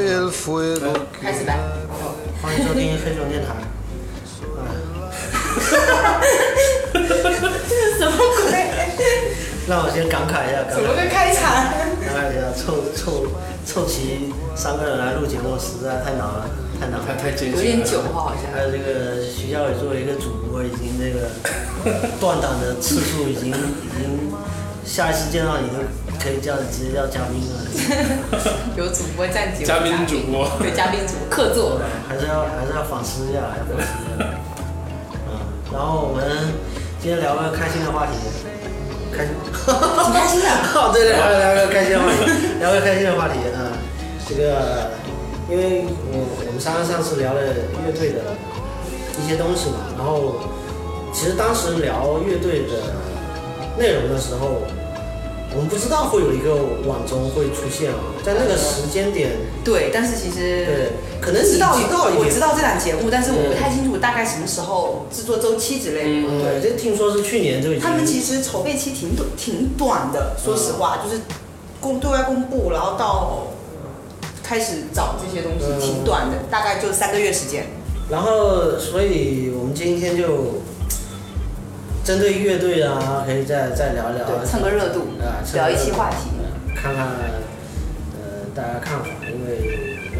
嗯让我先感慨一下，感怎么慨个开场？感慨一下，凑凑凑齐三个人来录节目实在太难了，太难太了。太艰有辛点了。久哈，好像啊还有这个徐小伟作为一个主播，已经这 个断档的次数已经已经，下一次见到你都可以叫直接叫嘉宾了，有主播占几位嘉宾主播对嘉宾主播客座，还是要还是要反思一下，还是要反思一下。嗯，然后我们今天聊个开心的话题，开心，挺开心的哦，对对，聊聊个开心的话题，聊个开心的话题啊、这个，因为我我们三个上次聊了乐队的一些东西嘛，然后其实当时聊乐队的内容的时候，我们不知道会有一个网综会出现啊，在那个时间点，对，但是其实对，可能你知道知道一我点知道这档节目，但是我不太清楚大概什么时候制作周期之类的。嗯呃对，这听说是去年就已经他们其实筹备期挺短挺短的，说实话，就是公对外公布，然后到嗯开始找这些东西嗯挺短的，大概就三个月时间。然后，所以我们今天就针对乐队啊，可以再再聊一聊啊，对，嗯蹭个热度啊，，趁聊个一期话题。看看呃大家看法，因为那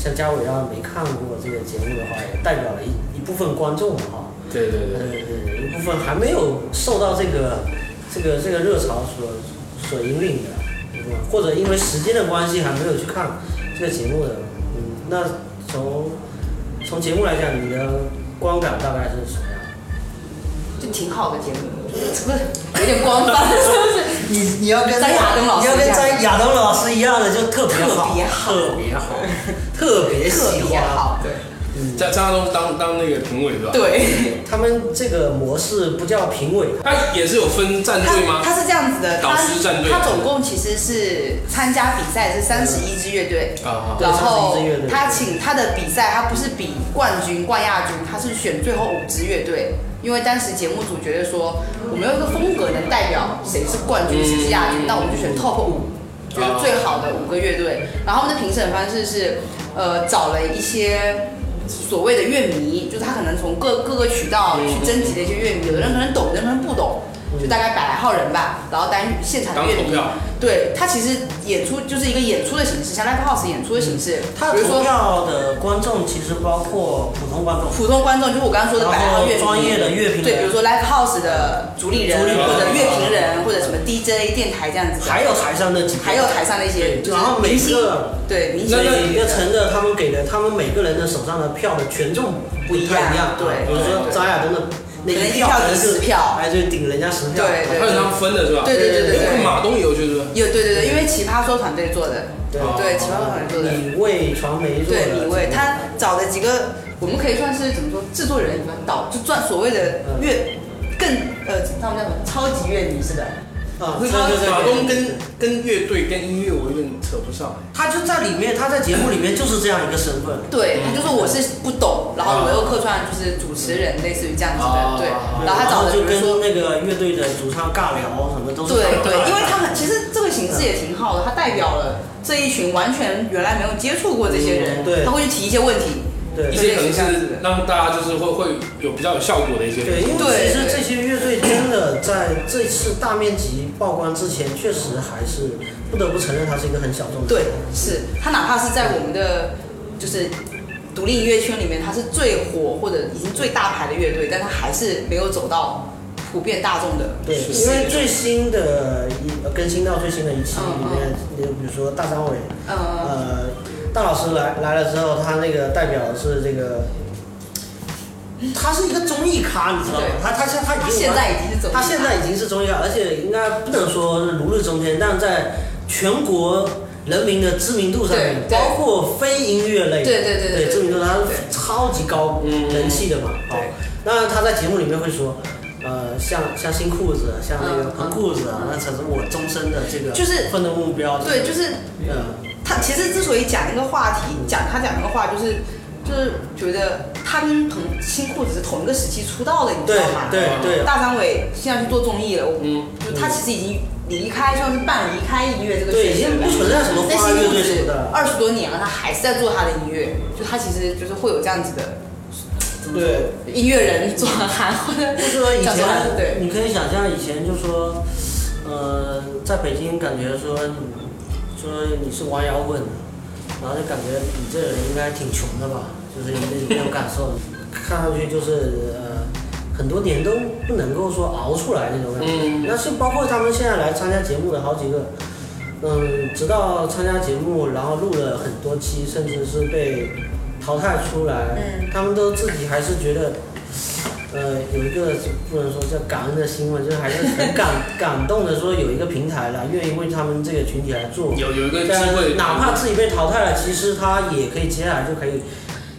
像嘉伟要没看过这个节目的话，也代表了一一部分观众嘛哈，对对呃对，一部分还没有受到这个这个这个热潮所所引领的，嗯或者因为时间的关系还没有去看这个节目的，嗯，那从从节目来讲，你的观感大概是什么样？就挺好的节目，不 是有点官方，是不是？你你要跟张亚东老师你要一跟样张亚东老师一样的，就特别好，特别好特别好，特别喜特别欢。好，对张张亚东当当那个评委对嗯吧？对。他们这个模式不叫评委，他也是有分战他队吗？他是这样子的，导他师战队啊他总共其实是参加比赛是三十一支乐队，啊，对然后31支乐队他请他的比赛，他不是比冠军、冠亚军，他是选最后五支乐队，因为当时节目组觉得说，我们有一个风格能代表谁是冠军、谁是亚军，那我们就选 top 五，就是最好的五个乐队。然后他们的评审方式是，呃，找了一些。所谓的乐迷，就是他可能从各各个渠道去征集的一些乐迷，有的人可能懂，有的人可能不懂，就大概百来号人吧，然后当现场的当乐投迷票，对他其实演出就是一个演出的形式，像 live house 演出的形式。他比如投说票的观众其实包括普通观众，普通观众，就是我刚刚说的百号乐评然后专业的乐评人对，比如说 live house 的主理人主理人啊或者乐评人或者什么 DJ 电台这样子的，还有台上的几个还有台上的一些，就是然后每明星个对明星那每那个城的他们给的他们每个人的手上的票的权重不一样，啊不一样对比如说对张亚东的那可能一票票可能顶就十票哎，就顶人家十票，对对他有他分的是吧？对对对对对，马东也有去是吧？有对对对，因为奇葩说团队做的，对对奇葩说团队做的，米味传媒哦做的对李卫他找的几个，我们可以算是怎么说制作人以外导，就赚所谓的乐更呃，他们叫什么超级乐迷似的。啊，对对对，马东对跟跟乐队跟音乐我有点扯不上。他就在里面，他在节目里面就是这样一个身份。对，他就说我是不懂，然后我又客串就是主持人，类似于这样子哦的，对啊。然后他找的就比如跟说，那个乐队的主唱尬聊什么都是对他对，因为他们其实这个形式也嗯挺好的，他代表了这一群完全原来没有接触过这些人，嗯对他会去提一些问题，对一些可能是让大家就是会会有比较有效果的一些。对，因为对其实这些乐队真的在这次大面积曝光之前，确实还是不得不承认，它是一个很小众的。对，是他哪怕是在我们的就是独立音乐圈里面，他是最火或者已经最大牌的乐队，但他还是没有走到普遍大众的。对，是因为最新的一呃更新到最新的一期嗯里面，就比如说大张伟，呃，呃，大老师来来了之后，他那个代表的是这个，他是一个综艺咖，你知道吗对？他他现他他已经现在已经是走，他现在已经是综艺咖，而且应该不能说是如日中天，但在全国人民的知名度上面，对对包括非音乐类，对对对对对知名度它对是超级高嗯人气的嘛。对好，那他在节目里面会说。呃，像像新裤子，像那个嗯红裤子啊，那才是我终身的这个就是奋斗目标。对，就是嗯，他其实之所以讲一个话题，讲他讲那个话，就是就是觉得他跟同新裤子是同一个时期出道的，你知对道吗？对对，大张伟现在去做综艺了，我嗯，就他其实已经离开，算是半离开音乐这个对，圈已子经了不。存在什么但花是乐木队什子么的。二十多年了，他还是在做他的音乐，就他其实就是会有这样子的对，音乐人转行或者就说以嗯叫做他前，对你可以想象以前就说，呃，在北京感觉说你说你是玩摇滚的，然后就感觉你这人应该挺穷的吧，就是有那那种感 受，看上去就是呃很多年都不能够说熬出来那种感觉。嗯那是包括他们现在来参加节目的好几个，嗯，直到参加节目，然后录了很多期，甚至是被淘汰出来，嗯他们都自己还是觉得，呃，有一个不能说叫感恩的心嘛，就是还是很 感感动的，说有一个平台了，愿意为他们这个群体来做，有有一个机但会，哪怕自己被淘汰了，其实他也可以接下来就可以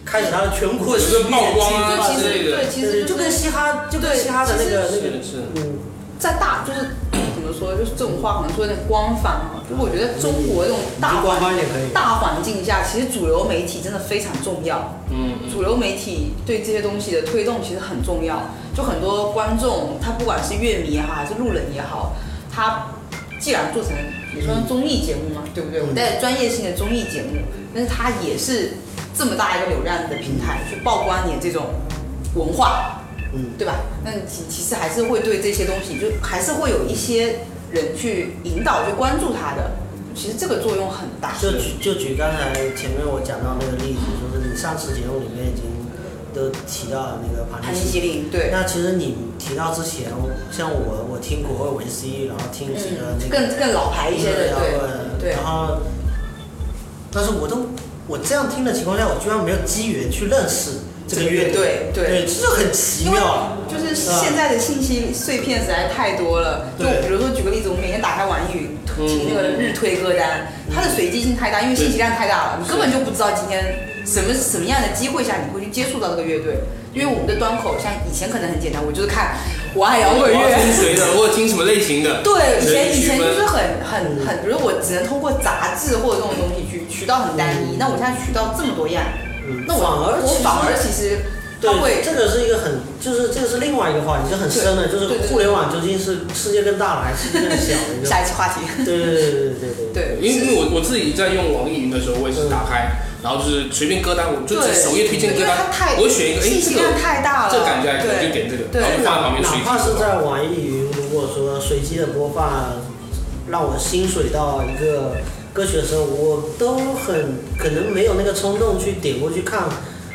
开始他的全国有一巡个演曝光就啊其之实类的对，，其实就就跟跟嘻哈就跟对嘻哈的那个那是个，的是的。嗯。在大就是 怎么说，就是这种话可能说有点官方啊。就是我觉得中国这种大官环方也可以。大环境下，其实主流媒体真的非常重要。嗯嗯主流媒体对这些东西的推动其实很重要。就很多观众，他不管是乐迷也好，还是路人也好，他既然做成也算综艺节目嘛，对不对？嗯我们带着专业性的综艺节目，但是它也是这么大一个流量的平台去曝光你的这种文化，嗯，对吧？那你其其实还是会对这些东西，就还是会有一些人去引导、去关注它的。其实这个作用很大。就举就举刚才前面我讲到那个例子，就是你上次节目里面已经都提到了那个盘盘尼尼西西林。林，对，那其实你提到之前，像我我听国会 VC，然后听几个那嗯，个更更老牌一些的，摇对。滚，对然后，但是我都我这样听的情况下，我居然没有机缘去认识这个乐队，对对，这就很奇因为妙啊。就是现在的信息碎片实在太多了。就对比如说举个例子，我每天打开网易云嗯听那个日推歌单，嗯它的随机性太大，因为信息量太大了，你根本就不知道今天什么什么样的机会下你会去接触到这个乐队。因为我们的端口像以前可能很简单，我就是看我爱摇滚我要听乐。谁的？我有听什么类型的？对，以前以人前群就分是很很很，比如我只能通过杂志或者这种东西去渠道很单一，嗯那我现在渠道这么多样，嗯那我反而我其实反而其实对，它会这个是一个很，就是这个是另外一个话题，就很深的，就是对对对互联网究竟是世界更大了还是世界更小的一个？ 下一期话题。对对对对对对对。对，因为因为我我自己在用网易云的时候，我也是打开，然后就是随便歌单，我就对只首页推荐因歌为单它太，我会选一个，哎，信息这量个太大了，这感觉还可以，就对点这个，对然后就放在旁边哪随怕是机。在网易云，如果说随机的播放，让我心水到一个歌曲的时候，我都很可能没有那个冲动去点过去看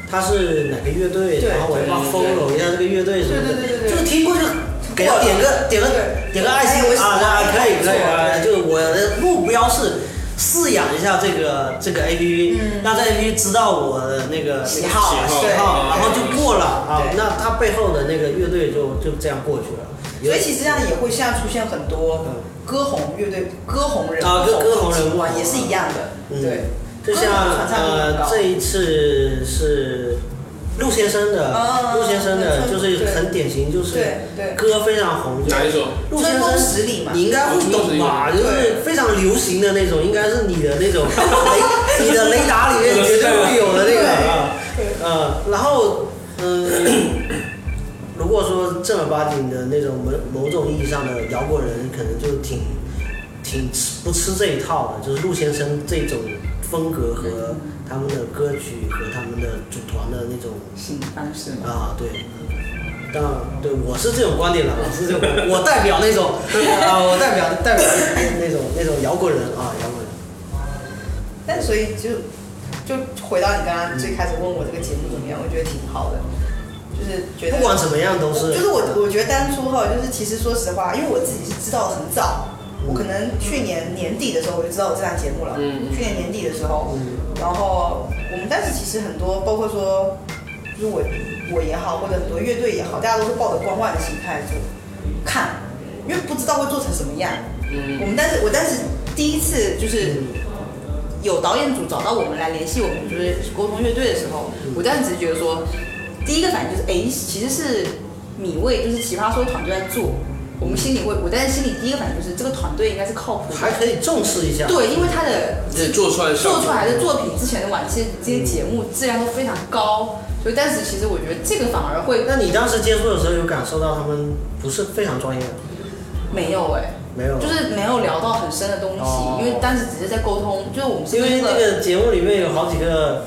它是哪个乐队，对然后我要不要对 follow 一下这个乐队什么的，对对对对对就是听过就给他点个点个点个爱心哎我喜啊欢啊，可以可以，哎就是我的目标是。饲养一下这个这个 A P P，、让这 A P P 知道我的那个嗯喜好啊喜好，对然后就过了啊对。那他背后的那个乐队就就这样过去了。所以其实这样也会现在出现很多嗯歌红乐队、歌红人啊歌歌红人集团也是一样的，嗯对，就像传唱度很呃高这一次是陆先生的，啊陆先生的对就是很典型，就是对对歌非常红，就哪一首？陆先春风生。十里嘛，你应该会懂吧？对就是非常流行的那种，应该是你的那 种雷，你的雷达里面绝对会有的那个啊。呃，然后嗯、 如果说正儿八经的那种某某种意义上的摇滚人，可能就挺挺吃不吃这一套的，就是陆先生这种风格和他们的歌曲和他们的组团的那种行方式嘛，啊，对。当然，对我是这种观点的，我是这种观点，我代表那 种啊，我代表代表那种那种摇滚人啊，摇滚人。但所以就就回到你刚刚最开始问我这个节目怎么样，我觉得挺好的，就是觉不得管怎么样都是，就是我我觉得当初哈，就是其实说实话，因为我自己是知道的很早，我可能去年年底的时候我就知道我这档节目了，嗯嗯去年年底的时候，嗯然后我们当时其实很多，包括说，就是我我也好，或者很多乐队也好，大家都是抱着观望的心态就看，因为不知道会做成什么样。我嗯，们当时我当时第一次就是嗯有导演组找到我们来联系我们，就是沟通乐队的时候，嗯我当时只是觉得说，第一个反应就是，哎，其实是米未就是奇葩说团队在做，我们心里会，我当时心里第一个反应就是这个团队应该是靠谱还的，可以重视一下。对，因为他的这做出来的效做果出来的作品之前的往期这些节目质量都非常高，所以当时其实我觉得这个反而会那你当时接触的时候有感受到他们不是非常专业吗？没有哎、没有，就是没有聊到很深的东哦西，因为当时只是在沟通，就是我们是因为一这个节目里面有好几个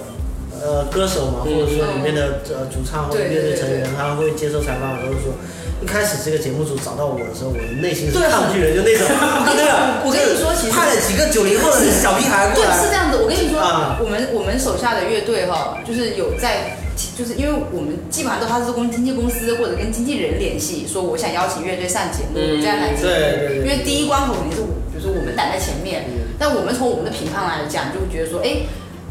呃歌手嘛，或嗯者说里面的呃主唱或者乐队成员，他会接受采访的时候说，一开始这个节目组找到我的时候，我内心是对抗拒的，就 那种，真的我跟你说其实派了几个九零后的小屁孩过对，来，是这样子。我跟你说，啊我们我们手下的乐队哈，就是有在，就是因为我们基本上都他是跟经纪公司或者跟经纪人联系，说我想邀请乐队上节目，嗯这样来对对对，因为第一关口肯定是我，比如说我们挡在前面，嗯但我们从我们的评判来讲，就会觉得说，哎，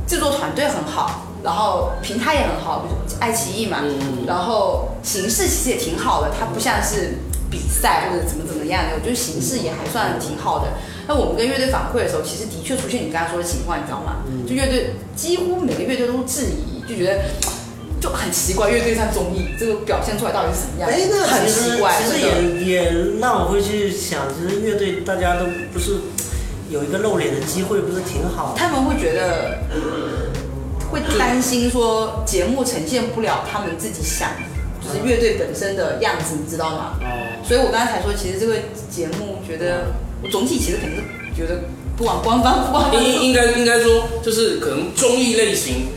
制作团队很好，然后平台也很好，比如爱奇艺嘛，嗯然后形式其实也挺好的，它不像是比赛或者怎么怎么样的，我觉得形式也还算挺好的。那我们跟乐队反馈的时候，其实的确出现你刚才说的情况，你知道吗？嗯就乐队几乎每个乐队都质疑，就觉得。就很奇怪，乐队上综艺这个表现出来到底是什么样？哎，那很其实奇怪，其真实也的也让我会去想，其实乐队大家都不是有一个露脸的机会，不是挺好的？他们会觉得会担心说节目呈现不了他们自己想，就是乐队本身的样子，你知道吗？哦，所以我刚才才说，其实这个节目觉得我总体其实肯定是觉得不往官方不往应应应该应该说，就是可能综艺类型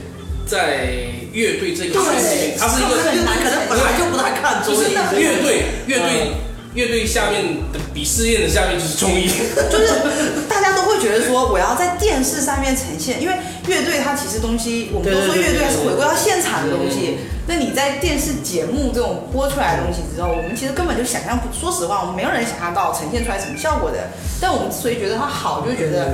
在乐队这个圈子里面，它是一乐个队可能本来就不太看综就是艺，乐队乐队嗯乐队下面的鄙视链的下面就是综艺，就是大家都会觉得说，我要在电视上面呈现，因为乐队它其实东西，我们都说乐队是回归到现场的东西。那你在电视节目这种播出来的东西之后，我们其实根本就想象不，说实话，我们没有人想象到呈现出来什么效果的。但我们之所以觉得它好，就觉嗯得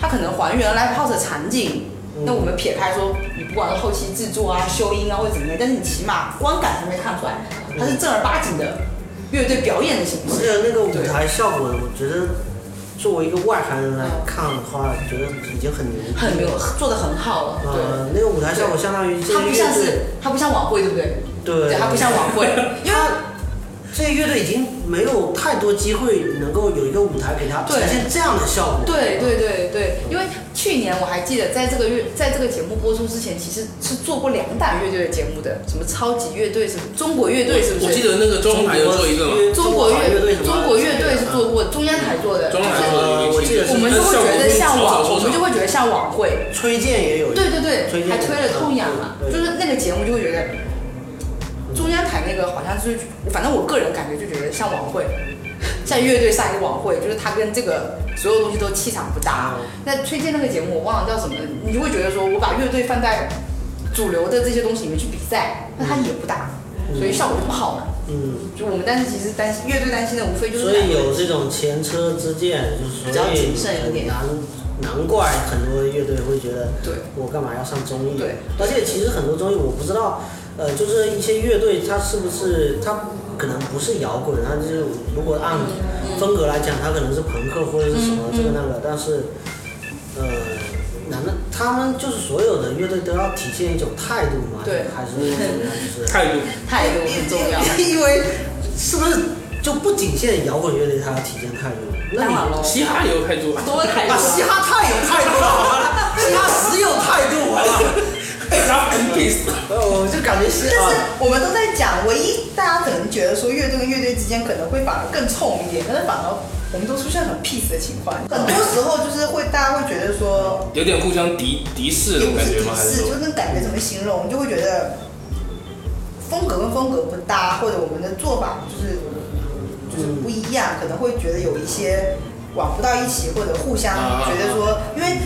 它可能还原 live house 的场景。那我们撇开说，你不管是后期制作啊、修音啊或者怎么样，但是你起码观感上面看出来，它是正儿八经的乐队表演的形式。是那个舞台效果，我觉得作为一个外行人来看的话，觉得已经很牛逼了，很没有做的很好了，对。呃，那个舞台效果相当于这个它不乐像队是，它不像晚会，对不对？对，它不像晚会，因为这个乐队已经没有太多机会能够有一个舞台给他呈对现这样的效果。对对对对，因为去年我还记得，在这个月，在这个节目播出之前，其实是做过两档乐队的节目的，什么超级乐队，什么中国乐队，是不是？我记得那个中央台有做一个嘛，中国乐队乐什么，中国乐队是做过，中央台做的，中央台就做的有一个我记得是是我们就会觉得像晚，我们就会觉得像晚会。崔健也有一个，对对推对，荐还推了痛痒嘛，对就是那个节目就会觉得，中央台那个好像就是，反正我个人感觉就觉得像晚会，像乐队上一个晚会，就是它跟这个所有东西都气场不搭。嗯那推荐那个节目我忘了叫什么，你就会觉得说我把乐队放在主流的这些东西里面去比赛，那它也不搭，所以效果就不好嘛。嗯，就我们当时其实担心乐队担心的无非就是所以有这种前车之鉴，就是比较所以谨慎一点难难怪很多乐队会觉得对我干嘛要上综艺？对，而且其实很多综艺我不知道，呃，就是一些乐队它是不是它可能不是摇滚，它就是如果按风格来讲，它可能是朋克或者是什么嗯这个那个，但是呃，难道他们就是所有的乐队都要体现一种态度吗？对还是怎么样 就是态度，态度很重要。因为是不是就不仅限摇滚乐队它要体现态度？那当你然了，嘻哈也有态度啊。多态度啊，啊。嘻哈太有态度了，好吧嘻哈实有态度，好吧？然后 N P 呃，我就感觉啊嘻但哈是我们都在讲，唯一大家可能觉得说乐队跟乐队之间可能会反而更冲一点，但是反而我们都出现很 peace 的情况。很多时候就是会大家会觉得说，有点互相敌敌视那也种不感是觉敌吗？还是视，说就是那感觉怎么形容，就会觉得风格跟风格不搭，或者我们的做法就是就是不一样，可能会觉得有一些往不到一起，或者互相啊觉得说，因为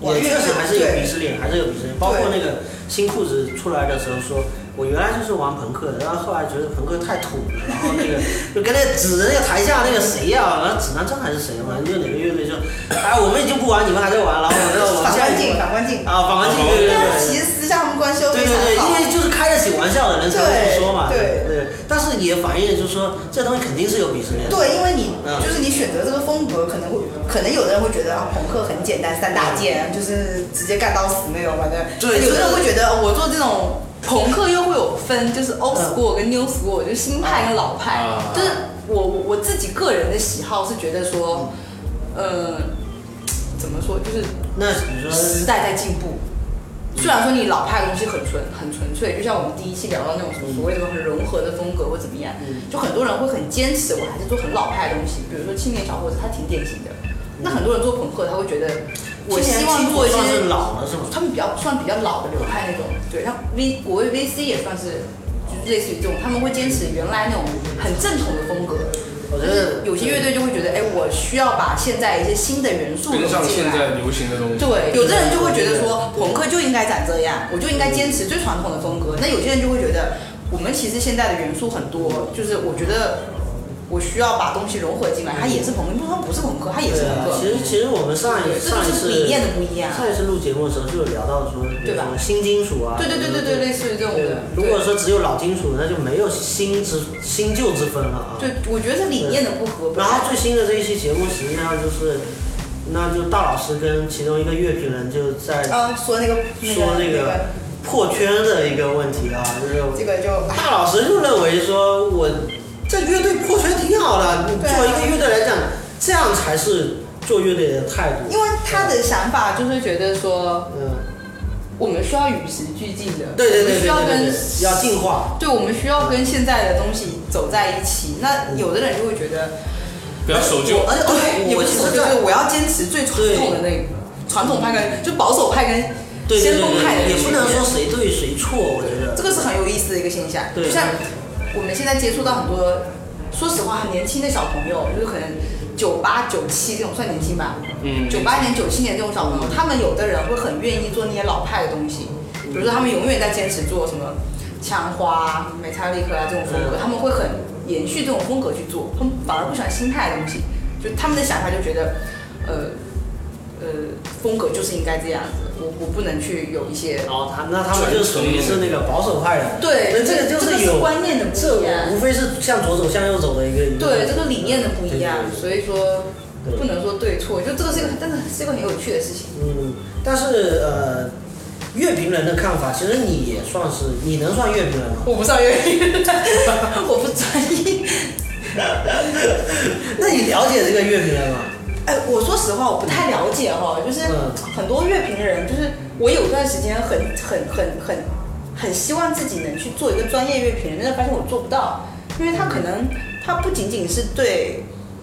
我也确实还是有对鄙视链，还是有鄙视链。包括那个新裤子出来的时候说。我原来就是玩朋克的，然后后来觉得朋克太土了，然后那 个就跟那个指着那个台下那个谁呀、然后指南针还是谁，反正就哪个乐队说，哎，我们已经不玩，你们还在玩，然后我们要往反下观一镜，个反观镜。啊，反观镜，对对对，但是其实私下他们关系都对非常对对，好。因为就是开得起玩笑的人才会这么说嘛，对对对。但是也反映就是说，这东西肯定是有鄙视链的。对，因为你嗯就是你选择这个风格，可能会可能有的人会觉得啊，朋克很简单，三大件就是直接干到死那种，反正对有的人会觉得哦我做这种 嗯朋克又会有分，就是 old school 跟 new school，就是新派跟老派啊，就是我我我自己个人的喜好是觉得说，呃，怎么说就是那你时说，代在进步。虽然说你老派的东西很纯很纯粹，就像我们第一期聊到那种什嗯么所谓的很融合的风格或怎么样，就很多人会很坚持，我还是做很老派的东西。比如说青年小伙子，他挺典型的。那很多人做朋克，他会觉得我嗯今年希望七做股一些算是老了是吗？他们比较算比较老的流派那种，对，像 V 国威 VC 也算是就是类似于这种，他们会坚持原来那种很正统的风格。我觉得有些乐队就会觉得，哎，我需要把现在一些新的元素跟上融进现来。在流行的东西。对，有的人就会觉得说，朋克就应该长这样，我就应该坚持最传统的风格。那有些人就会觉得，我们其实现在的元素很多，就是我觉得我需要把东西融合进来，它也是朋克，你不说它不是朋克，它也是对朋啊，其克，实其实我们上一这上一就是次理念的不一样。上一次录节目的时候就有聊到说，对吧什么新金属啊，对对对对对，类似于这种的。如果说只有老金属，那就没有新之新旧之分了啊。对，我觉得是理念的不合。然后最新的这一期节目，实际上就是，那就大老师跟其中一个乐评人就在啊，说那个说那那个个破圈的一个问题啊，就是这个就大老师就认为说我这乐队破圈挺好的，你对啊作为一个乐队来讲，这样才是做乐队的态度。因为他的想法就是觉得说，嗯，我们需要与时俱进的，对对我对们对需要对对跟对，要进化。对，我们需要跟现在的东西走在一起。嗯那有的人就会觉得，不要守旧我，而且哦对对，也不是我守旧，就是我要坚持最传统的那个传统派跟就保守派跟对对先对锋派对，的那也个不区能别说谁对谁错，我觉得这个是很有意思的一个现象。对就像我们现在接触到很多，说实话，很年轻的小朋友，就是可能九八、九七这种算年轻吧，嗯，九八年、九七年这种小嗯朋友，他们有的人会很愿意做那些老派的东西，嗯比如说他们永远在坚持做什么枪花啊、美差利克啊这种风嗯格，他们会很延续这种风格去做，他们反而不喜欢新派的东西，就他们的想法就觉得，呃呃，风格就是应该这样子，我我不能去有一些。然后他那他们就属于是那个保守派的，对，那这个就是有观念的不这一样无，非是向左走向右走的一个一个对，这个理念的不一样，对嗯所以说对不能说对错，就这个是一个，但是是一个很有趣的事情。嗯，但是呃，乐评人的看法，其实你也算是你能算乐评人吗？我不上乐评， 我不专业。那你了解这个乐评人吗？ 哎，我说实话，我不太了解哈、就是嗯很多乐评人，就是我有段时间很很很很很希望自己能去做一个专业乐评人，但是发现我做不到，因为他可能他不仅仅是对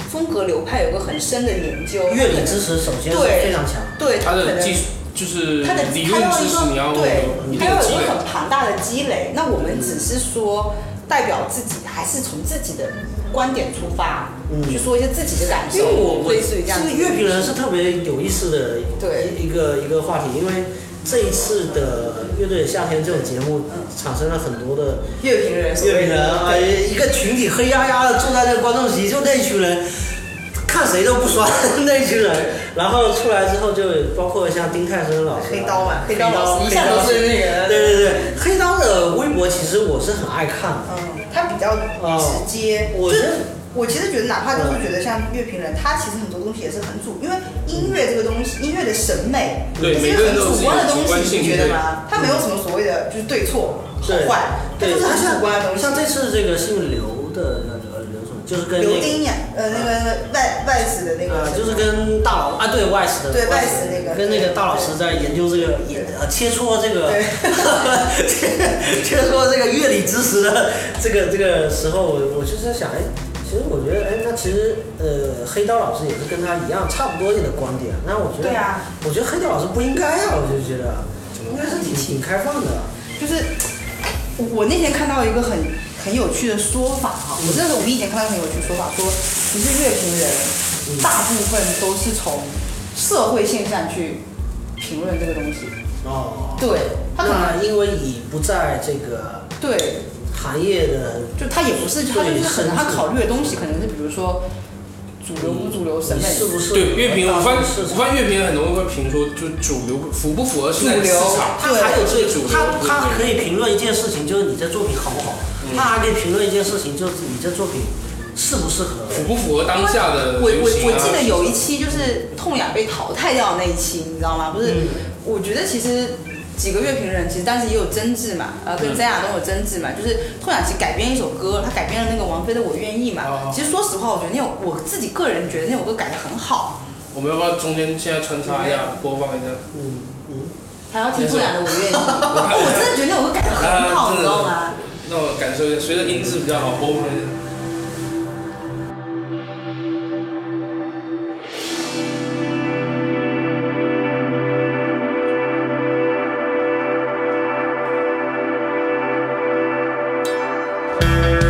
风格流派有个很深的研究，乐理知知识首先是对非常强，对他可的能技术就是他的理他论要知一识个你要对有一定，他要的有积一个累。很庞大的积累。那我们只是说代表自己，还是从自己的观点出发，嗯去说一些自己的感受，类似于这样这子个乐评人是特别有意思的对一一个一个话题，因为这一次的乐队的夏天这种节目产生了很多的乐评哎人，乐评人啊，对一个群体黑压压的坐在这个观众席，就那一群人，看谁都不爽 那一群人。然后出来之后，就包括像丁太升老师啊、黑刀嘛，黑刀老师一黑刀向都是那个，对对对，黑刀的微博其实我是很爱看的。嗯，他比较直接，我就觉得我其实觉得，哪怕就是觉得像乐评人，他其实很多东西也是很主，因为音乐这个东西，音乐的审美，对这每是个很人都有主自己观的的东主观西，性你觉得吗？它没有什么所谓的就是对错好对坏，它对就是它很主观的东西。像这次这个姓刘的那个刘什么，就是跟刘那丁呀，呃，那个外外史的那个啊个，，就是跟大佬啊，对外事的对外外事事那个跟那个大老师在研究这个也呃切磋这个 切磋这个乐理知识的这个这个时候，我我就在想，哎，其实我觉得，哎，那其实呃，黑刀老师也是跟他一样差不多的观点，那我觉得，对啊，我觉得黑刀老师不应该啊，我就觉得应该是挺挺开放的，就是我我那天看到一个很很有趣的说法哈，我真的是无意间看到一个很有趣的说法，说其实乐评人大部分都是从社会现象去评论这个东西，哦，对，他可能那因为你不在这个对，行业的就他也不是，他就是可能他考虑的东西可能是嗯比如说主流不主流审你美，是不是对乐评，我发现我发现乐评很多人会评说，就主流符不符合现在的市场，他还有最主流他他可以评论一件事情，就是你这作品好不好；他还可以评论一件事情，就是你这作品适不适合。符不符合当下的我流我行啊我记得有一期就是痛痒被淘汰掉的那一期，你知道吗？不嗯是，我觉得其实几个乐评人其实当时也有争执嘛，呃，跟嗯张亚东有争执嘛，就是痛痒其实改编一首歌，他改编了那个王菲的《我愿意》哦嘛。其实说实话，我觉得那首我自己个人觉得那首歌改的很好，我们要不要中间现在穿插一下播放一下？嗯嗯，还要听痛痒的《我愿意》，我真的觉得那首歌改的很好， 啊你知道吗？让我感受一下，谁的音质比较好播放一下。哦，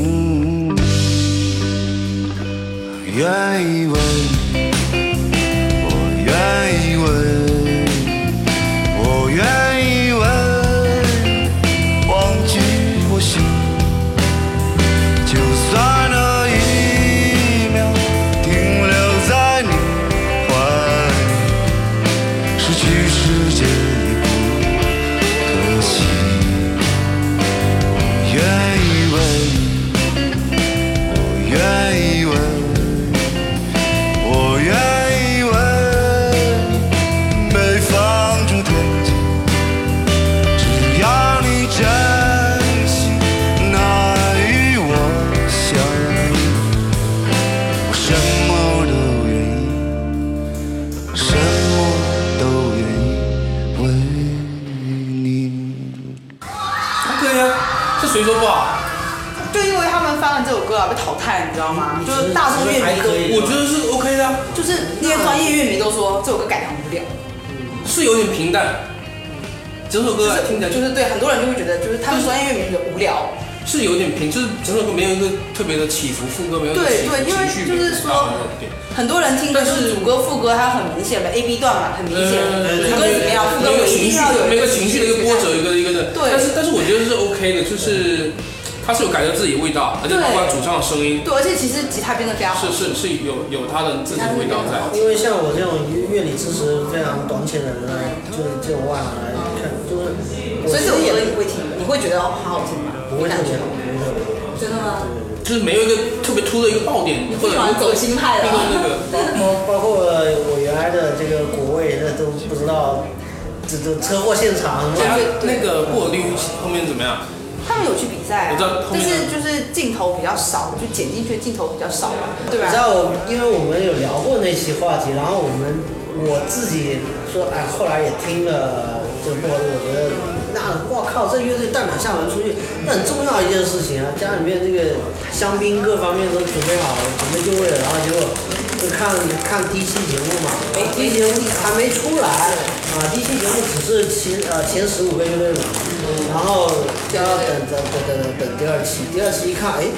嗯愿意问，我愿意问，我愿意问，忘记我心，就算那一秒停留在你怀里，失去世界也不可惜。我愿意问。我愿意问，我愿意问，北方这天气，只要你真心，那与我相依，我什么都愿意，什么都愿意为你。可以啊，这谁说不好？就因为他们翻了这首歌啊，被淘汰，你知道嗯吗？就是大众乐迷还可以都，我觉得是 OK 的啊，就是那些专业乐迷都说这首歌改良不了，是有点平淡。整首歌听起来就就是是对很多人就会觉得，就是他们专业乐迷觉得无聊。是有点平，就是整首歌没有一个特别的起伏，副歌没有一个对起伏对，因为情绪就是没有说到那个点，很多人听的但是是主歌、副歌，它很明显的 A B 段嘛，很明显，呃，主歌怎么样，副歌我有个一情定绪要有，每个情绪的一个波折，一个一个的。对但是但是我觉得是 OK 的，就是它是有改造自己的味道，而且对包括主唱的声音，对，而且其实吉他编的非常好是，是是有有它的自己的味道在。嗯因为像我这种乐理知识非常短浅的人来，就是这种外行来看，就是我所以这是首歌你会听，你会觉得好好听吗？不会感特别觉好，不会特别好。真的吗？就是没有一个特别突的一个爆点，或喜者欢走心派的或者那个包包括我原来的这个国位，那都不知道，这这车祸现场什哎么，那个布尔利乌后面怎么样？他们有去比赛、啊，我知道后但面是就是镜头比较少，就剪进去的镜头比较少，你对吧知？道我，因为我们有聊过那期话题，然后我们我自己说，哎，后来也听了这个播客，我觉得那我靠，这乐队代表厦门出去，那很重要一件事情啊，家里面这个香槟各方面都准备好了，准备就位了，然后结果就看看第一期节目嘛，第一期节目还没出来啊，第一期节目只是前呃前十五个乐队嘛，嗯然后要等等等等等等第二期，第二期一看，哎。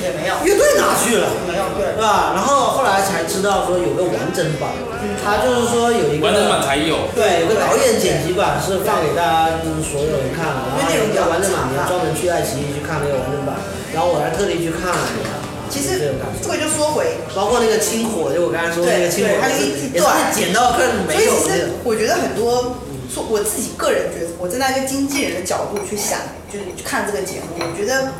也没有，乐队哪去了？没有对，是吧？然后后来才知道说有个完整版，嗯他就是说有一个完整版才有。对，有个导演剪辑版是放给大家就是所有人看的，然后因为内容有比个较完整版长你要嘛专门去爱奇艺去看那个完整版，然后我还特地去看了一下。其这种实感觉，这个就说回包括那个清火，就我刚才说的那个清火也对，对它就是一也是段剪到更所没以有其的实我觉得很多，说我自己个人觉得，我站在一个经纪人的角度去想，就是去看这个节目，我觉得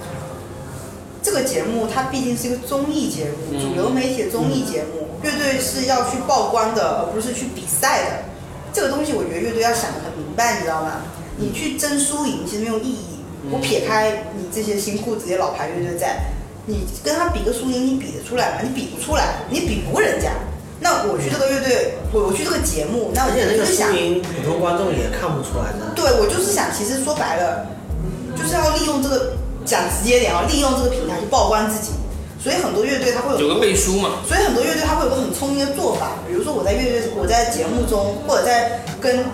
这个节目它毕竟是一个综艺节目，嗯主流媒体的综艺节目，乐队是要去曝光的，而不是去比赛的。这个东西我觉得乐队要想得很明白，你知道吗？你去争输赢其实没有意义。我撇开你这些新裤子、这些老牌乐队在，你跟他比个输赢，你比得出来吗？你比不出来，你比不过人家。那我去这个乐队，我我去这个节目，那我而且那就个是想输，赢普通观众也看不出来 的。对我就是想，其实说白了，就是要利用这个，讲直接点啊，利用这个平台去曝光自己。所以很多乐队它会有个背书嘛，所以很多乐队他会有个很聪明的做法，比如说我在乐队，我在节目中或者在跟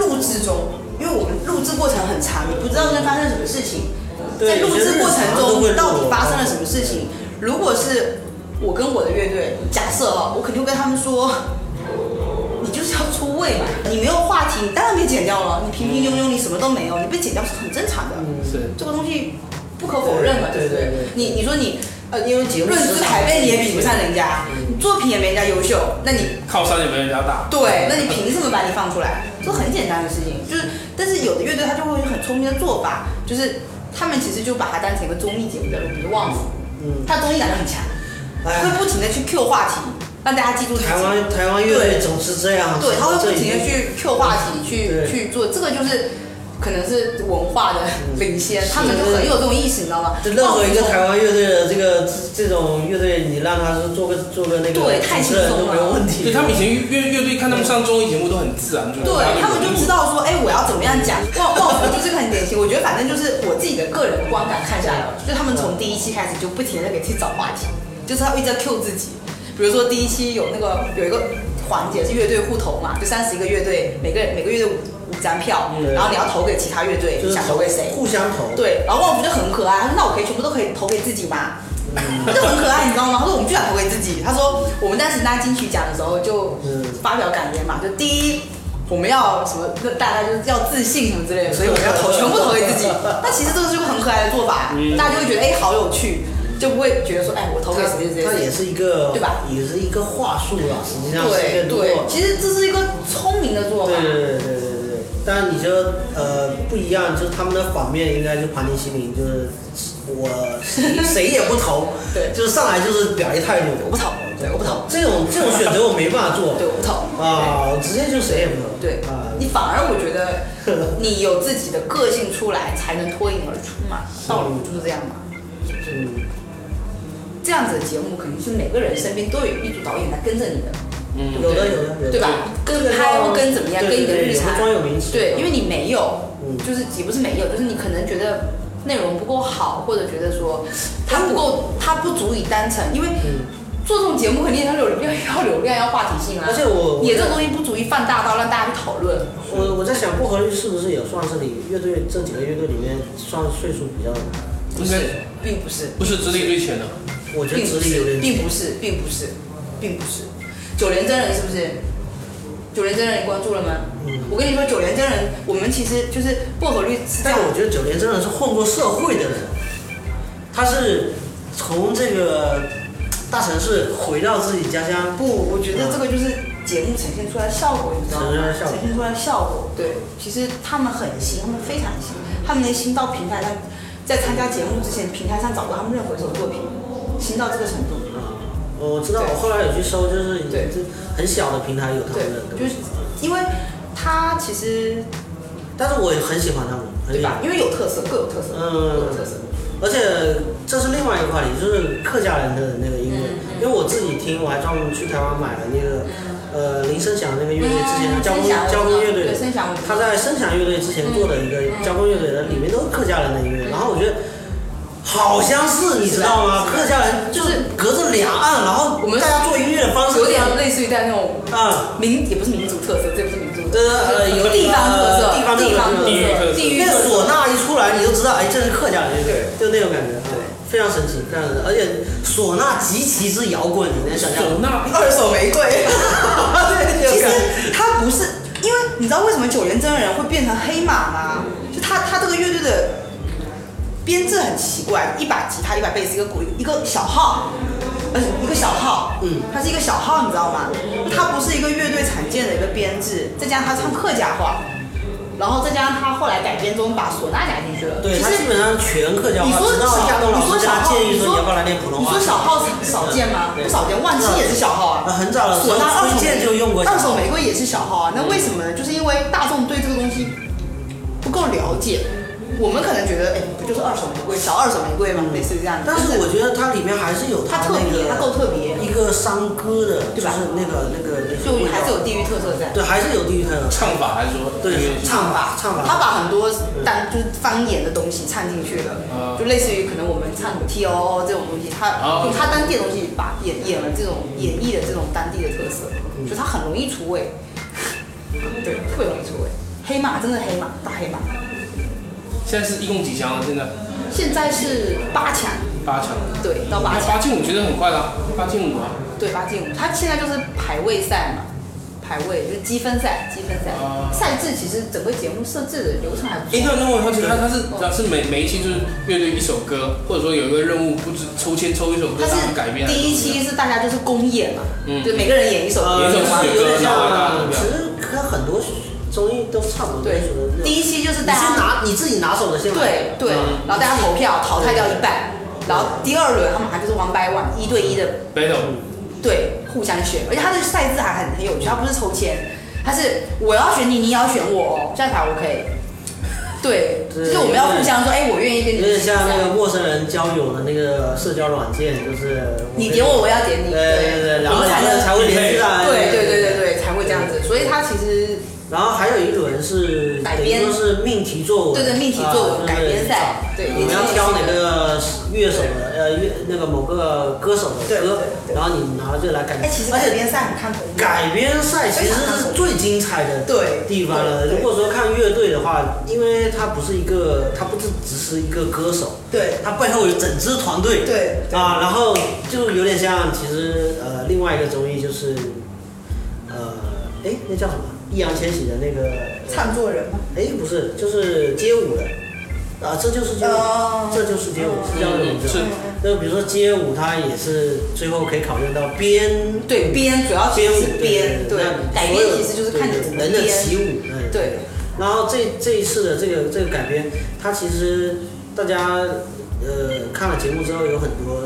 录制中，因为我们录制过程很长，你不知道在发生什么事情，对在录制过程有些日常中都会录到底发生了什么事情。如果是我跟我的乐队，假设哈，我肯定会跟他们说，你就是要出位嘛，你没有话题，你当然被剪掉了，你平平庸庸，你什么都没有，你被剪掉是很正常的。是这个东西不可否认嘛，对对不对对对对？你你说你呃，因为节目论资排辈你也比不上人家，你作品也没人家优秀，那你靠山也没人家大。对，那你凭什么把你放出来？这很简单的事情，就是但是有的乐队他就会有很聪明的做法，就是他们其实就把它当成一个综艺节目在录，比如旺夫，嗯，他综艺感很强，哎会不停的去 Q 话题，让大家记住自己。台湾台湾乐队总是这样，对，他会不这已停经的去 Q 话题，去对去做，这个就是可能是文化的嗯领先，他们就对很有这种意识，你知道吗？这任何一个放松台湾乐队的这个这这种乐队，你让他是做个做个那个对太主持人轻都松了没有问题。对他们以前乐乐乐队看他们上综艺节目都很自然，就对他们就知。道说，哎，我要怎么样讲。 旺旺福就是个很典型，我觉得反正就是我自己的个人观感看下来哦，就是他们从第一期开始就不停的给自己找话题，就是他一直在 Q 自己。比如说第一期有那个有一个环节是乐队互投嘛，就三十一个乐队，每个人每个乐队五五张票，嗯然后你要投给其他乐队，就你是想投给谁？互相投。对，然后旺福就嗯很可爱，他说那我可以全部都可以投给自己吗？他就很可爱，你知道吗？他说我们就想投给自己，他说们当时拿金曲奖的时候就嗯发表感言嘛，就第一。我们要什么？那大家就是要自信什么之类的，所以我们要投，全部投给自己。 那其实这个是个很可爱的做法，大家就会觉得哎、好有趣，就不会觉得说哎，我投给谁谁谁谁。它也是一个对吧也是一个话术啦，实际上是一个对如果对，其实这是一个聪明的做法对。对对对对对对，但你就呃不一样，就是他们的反面应该就盘尼西林，就是我 谁谁也不投，对就是上来就是表一态度，我不投，对，我不投，这种这种选择我没办法做，对，我不投。啊，我直接就谁也不投，对啊，，你反而我 觉得你有自己的个性出来，才能脱颖而出嘛，道理不就是这样嘛。嗯这样子的节目肯定是每个人身边都有一组导演来跟着你的，嗯有的有的有的，对吧？跟拍或跟怎么样，对跟你的对对日有常的，专有名词，对，因为你没有嗯，就是也不是没有，就是你可能觉得内容不够好，或者觉得说它不够，它不足以单成，因为嗯做这种节目肯定要流量，要流量，要话题性啊。而且我你的这种东西不足以放大到让大家去讨论。我我在想薄荷绿是不是也算是你乐队这几个乐队里面算岁数比较，应该并不是，不是资历最浅的，我觉得并资不历有是，点并不是，并不是，并不是。九连真人是不是？九连真人你关注了吗？嗯我跟你说，九连真人，我们其实就是薄荷绿是这但样我觉得九连真的是混过社会的人，他是从这个大城市回到自己家乡。不，我觉得这个就是节目呈现出来的效果，你知道吗呈现出来的效？果呈现出来的效果，对，其实他们很新，他们非常新，他们能新到平台上，在参加节目之前，平台上找不到他们任何一首作品，新到这个程度。啊，我知道，对我后来有去搜，就是对这很小的平台有他们的东对，就是西，因为他其实但是我也很喜欢他们，很对喜吧欢，？因为有特色，各有特色，嗯各有特色。而且这是另外一个话题，就是客家人的那个音乐，因为我自己听，我还专门去台湾买了那个，呃，林声祥那个乐队之前嗯交工声响交工乐队对声响我知道他在声响乐队之前做的一个交工乐队的，里面都是客家人的音乐，然后我觉得好相似，你知道吗？是吧客家人就是隔着两岸，然后我们大家做音乐的方式有点类似于在那种啊。民，也不是民族特色，这也不是民族特色，呃呃，有地方特色，地方特色，地域特色地域那特色。唢呐一出来，你就知道，哎，这是客家人，对，就那种感觉，对，非常神奇，非常神奇，而且唢呐极其之摇滚，你能想象唢吗？呐二手玫瑰。对 这种其实感觉他不是，因为你知道为什么九连真人会变成黑马吗？嗯就他他这个乐队的编制很奇怪，一把吉他，一把贝斯，一个鼓，一个小号，而且一个小号，嗯它是一个小号，你知道吗？它不是一个乐队常见的一个编制，再加上他唱客家话，然后再加上他后来改编中把唢呐加进去了，对其他实基本上全客家你话，说直小到亚东老你说师跟小他号，建议你说说你要不要来练普通话，你说小号少见吗？对不少见，万青也是小号啊那。很早了唢呐二崔手健就用过小号二手玫瑰也是小号啊。那为什么呢？就是因为大众对这个东西不够了解。我们可能觉得，哎，不就是二手玫瑰，小二手玫瑰吗？类似于这样的。但是我觉得它里面还是有它特那个别，它够特别，一个山歌的，就是对吧那个那个那个就味还是有道，地域特色在。对，还是有地域特色，唱法还是说对音乐性唱法唱法他把很多单就是方言的东西唱进去了啊，就类似于可能我们唱 T O O 这种东西，他啊用他当地的东西把演演了这种演绎的这种当地的特色，嗯就他很容易出位， 对，特别容易出位。黑马真的黑马，大黑马。现在是一共几强了？现在现在是八强，八强，对，到八那八强，进五觉得很快啦，八进五啊，对，八进五。他现在就是排位赛嘛，排位就是积分赛，积分赛啊。赛制其实整个节目设置的流程还不哎，错。那那我好奇，他他是他是每每一期就是乐队一首歌，或者说有一个任务，不止抽签抽一首歌，它然后改是编。第一期是大家就是公演嘛，嗯就每个人演一首歌。呃，就有一种是有点像，对其实跟很多综艺都差不多，对就是那，种第一期就是你大先家拿你自己拿手的先来对对嗯，然后大家投票淘汰掉一半，然后第二轮他们还就是 one by one 一对一的 battle 对互相选，而且他的赛制还很很有趣，他不是抽签，他是我要选你，你也要选我哦，这样才 OK。对，对就是我们要互相说，哎，我愿意跟你有一点起这像那个样，陌生人交友的那个社交软件，就是你点我，我要对点你，对对，然我后们才两个人能才会联系上，哎对对对对对，才会这样子。所以他其实然后还有一轮是改等于编说是命题作文，对对命题作啊文改编赛对对你们要挑哪个乐手的，呃，乐那个某个歌手的对对歌，对然后你拿了这来改哎，编，其实而改且编赛很看头。改编赛其实是最精彩的对地方了。对对如果说看乐队的话，因为它不是一个，它不是只是一个歌手，对它背后有整支团队。对啊，然后就有点像，其实呃，另外一个综艺就是，呃，哎，那叫什么？易烊千玺的那个，唱作人嘛，哎，不是，就是街舞的。啊，这就是街舞，哦这就是街舞，是叫这个名字嗯吗。就比如说街舞，它也是最后可以考虑到编对编主要其编实舞是编，对那改所编有其实就是看你对怎么人的起编，舞，哎对。然后这这一次的这个这个改编，它其实大家呃看了节目之后，有很多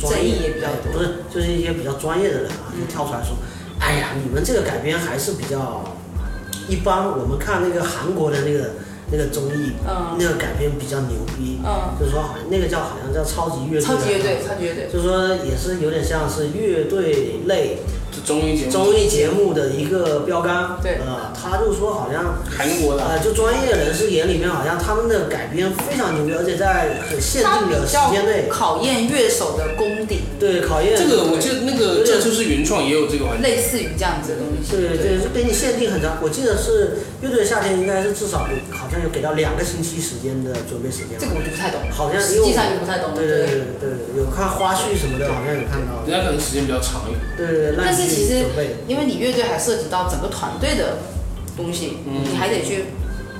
专业争议也比较多不是就是一些比较专业的人啊，就跳出来说，哎呀，你们这个改编还是比较一般。我们看那个韩国的那个那个综艺，嗯那个改编比较牛逼，嗯就是说好像那个叫好像叫超级乐队，啊超级乐队，，超级乐队，就是说也是有点像是乐队类。就综艺节目，综艺节目的一个标杆。对呃，他就说好像，韩国的，呃，就专业人士眼里面，好像他们的改编非常牛逼，而且在很限它定比的时间内较，考验乐手的功底，对考验这个我记得那有点个这就是原创也有这个环节，类似于这样子的东西。对对，是给你限定很长。我记得是乐队的夏天，应该是至少有好像有给到两个星期时间的准备时间吧。这个我就不太懂，好像实际上就不太懂。对对对对对，有看花絮什么的，好像有看到。人家可能时间比较长一点。对对对，但让是你其去实准备。因为你乐队还涉及到整个团队的东西，嗯你还得去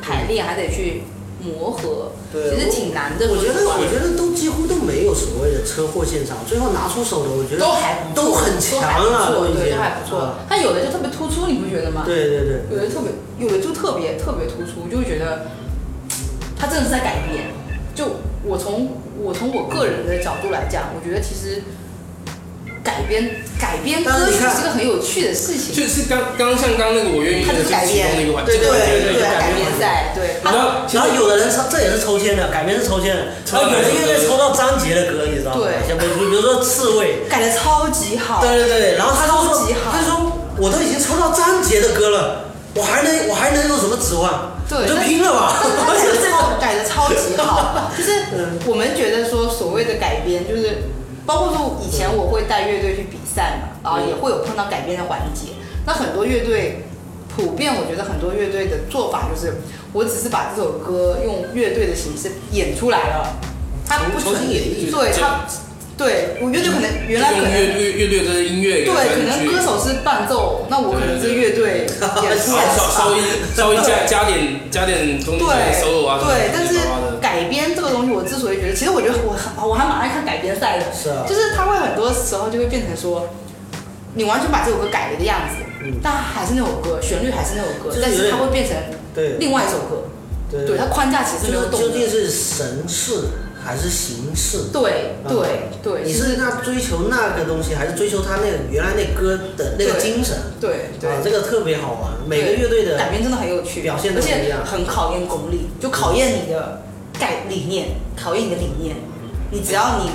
排练，还得去磨合，对其实挺难的。我觉得，说实话我觉得都几乎都没有所谓的车祸现场，最后拿出手的，我觉得都还不错都很强了，都还不已错，对，经都还不错啊。但有的就特别突出，你不觉得吗？对对对，有的特别，有的就特别特别突出，就会觉得他真的是在改变。就我从我从我个人的角度来讲，我觉得其实改编改编但歌是你曲看是个很有趣的事情。就是刚刚刚像刚那个我愿意它的就是改其中的一个编环，节，对对对对对改编赛，对。然后然后有的人抽这也是抽签的，改编是抽签的，然后有的乐队抽到张杰的歌，你知道吗？对像比如比如说刺猬，改的超级好，对对对，然后他就超说级好他就说我都已经抽到张杰的歌了，我还能我还能有什么指望？对就但拼了 吧。但是这个改的超级好， 就是我们觉得说所谓的改编，就是包括说以前我会带乐队去比赛嘛，啊，也会有碰到改编的环节。那很多乐队，普遍我觉得很多乐队的做法就是，我只是把这首歌用乐队的形式演出来了，它不重重新演绎对它，对我乐队可能原来可用能乐乐乐队的音乐给对，可专能辑歌手是伴奏，那我可能是乐 队演出稍来的稍 稍微稍微加加点加点东西对 solo 啊，对，但是的改编这个东西，我之所以觉得，其实我觉得我很我还蛮爱看改编赛的，是啊就是他会很多时候就会变成说，你完全把这首歌改了的样子，嗯但还是那首歌，旋律还是那首歌就是，但有是点它会变成对另外一首歌，对对，它框架其实没就有是动究的，竟是神似还是形式？对啊对对，你其实是那追求那个东西，还是追求他那个原来那歌的那个对精神？对对啊，这个特别好玩。每个乐队的改编真的很有趣，表现都而不一且样很考验功力，就考验你的概理念，嗯考验你的理念。你只要你，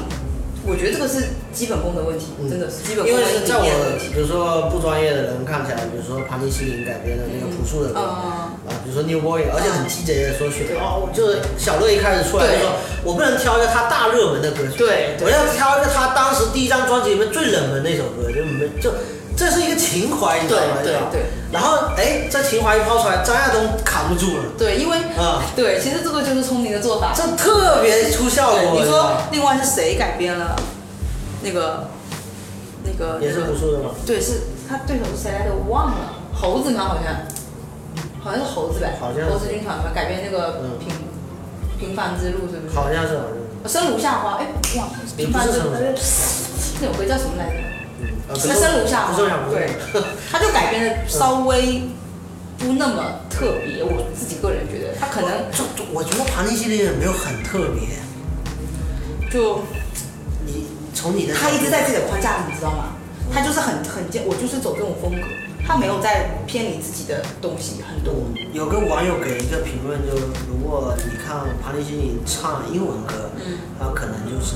我觉得这个是基本功的问题，嗯真的是基本功因为跟理在念的问我题。比如说不专业的人看起来，比如说盘尼西林改编的那个朴树的歌。嗯，啊，比如说 New Boy，而且很鸡贼的说选哦，就是小乐一开始出来就说，我不能挑一个他大热门的歌曲，对我要挑一个他当时第一张专辑里面最冷门那首歌，就没就这是一个情怀，你知道吗？对对吧对。然后哎，这情怀一抛出来，张亚东扛不住了，对，因为啊对，其实这个就是聪明的做法。这特别出效果。对，你知道说吗另外是谁改编了那个那个也是朴树的吗？对，是他对手是谁来着？我忘了，猴子吗？好像，好像是猴子呗，好像是猴子军团吧，改编那个嗯平、平凡之路是不是？好像是，好像是。生如夏花，哎，哇，你平不凡是之什路么？那首歌叫什么来着？啊什么生如夏不花？重要，不重对要。，他就改嗯编的稍微不那么特别，我自己个人觉得，他可能就就我觉得盘尼西林也没有很特别，就你从你的他一直在自己的框架里，你知道吗？他就是很很见，我就是走这种风格，他没有在偏离自己的东西很多。嗯有个网友给一个评论，就如果你看盘尼西林唱英文歌，嗯他可能就是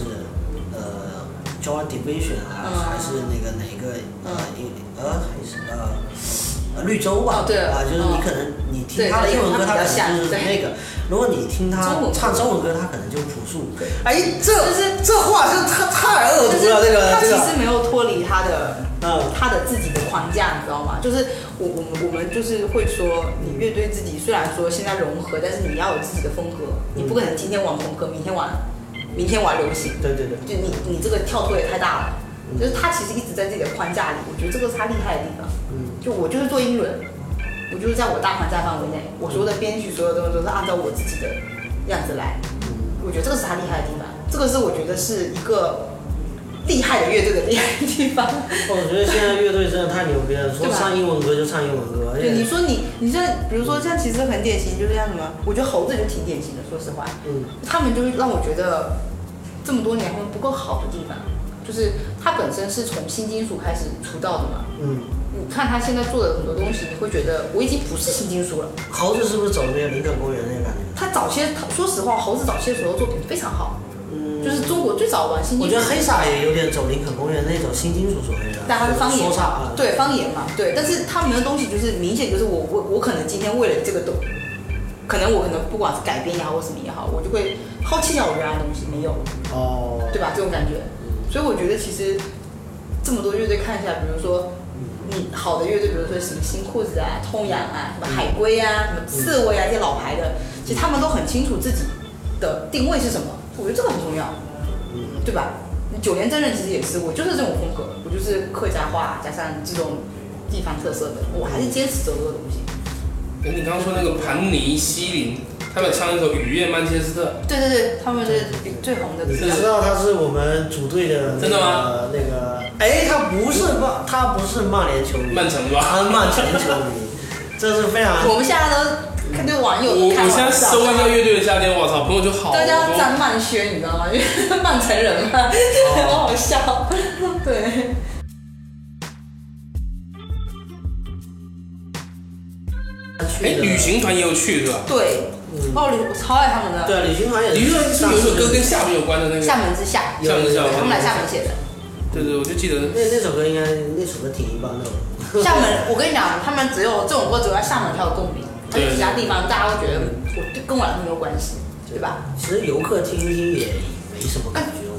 呃 Joy Division 啊，嗯还是那个哪一个呃英呃还是呃呃呃绿洲吧，哦对啊，就是你嗯可能你听对他的对英文歌，对他他比可较能就是像对那个；如果你听他中文歌唱中文歌，他可能就是朴素。对哎，这就是这话是太太恶就毒是了，这个他其这个，实没有脱离他的嗯，他的自己的框架，你知道吗？就是我我们我们就是会说，你乐队自己虽然说现在融合，但是你要有自己的风格，你不可能今天玩朋克，明天玩明天玩流行，对对对，就你你这个跳脱也太大了。就是他其实一直在自己的框架里，我觉得这个是他厉害的地方。嗯，就我就是做英伦，我就是在我大框架范围内，我所有的编曲所有的东西都是按照我自己的样子来。我觉得这个是他厉害的地方，这个是我觉得是一个厉害的乐队的厉害的地方。我觉得现在乐队真的太牛逼了，说对吧唱英文歌就唱英文歌，而对，你且说你，你像比如说像其实很典型，就是像什么，我觉得猴子就挺典型的，说实话，嗯他们就是让我觉得这么多年他们不够好的地方，就是他本身是从新金属开始出道的嘛，嗯，你看他现在做的很多东西，你会觉得我已经不是新金属了。猴子是不是走那个林肯公园那个感觉？他早些，他说实话，猴子早些时候作品非常好，嗯，就是中国最早玩新金我属觉得黑撒也有点走林肯公园那种新金属所谓的，但他是方言说嘛唱啊，对方言嘛，对。但是他们的东西就是明显就是我我我可能今天为了这个东，可能我可能不管是改编也好或什么也好，我就会抛弃掉我原来的东西，没有，哦，对吧？这种感觉。所以我觉得其实这么多乐队看一下，比如说你好的乐队，比如说什么新裤子啊、痛痒啊、什么海龟啊、什么刺猬啊这些老牌的，其实他们都很清楚自己的定位是什么，我觉得这个很重要，嗯对吧？你九连真人其实也是，我就是这种风格，我就是客家话加上这种地方特色的，我还是坚持走这个东西。哎，你刚刚说那个盘尼西林，他们唱一首《雨夜曼彻斯特对对对，他们是最红的你知道他是我们组队的、那个，真的吗？那个，哎，他不是曼，他不是曼联球》，迷，曼城 是吧？他是曼城球 迷，这是非常我们现在都看对网友我我开玩现在笑搜一下乐队的家电，我操，朋友就好大家多。张曼轩，你知道吗？因为 曼城人嘛，哦很 好笑。对，哎，旅行团也有去是吧？对，嗯哦，旅我超爱他们的。对旅行团也旅行团是不是有一首歌跟厦门有关的那个？厦门之夏，厦门厦对，他们来门。厦门写的。对对，我就记得。那那首歌应该那首歌挺一般的哦吧，厦门，我跟你讲，他们只有这种歌，只有在厦门才有共鸣，而对且其他地方大家会觉得我跟我来没有关系，对吧？？ 其实游客听一听也没什么感觉。哦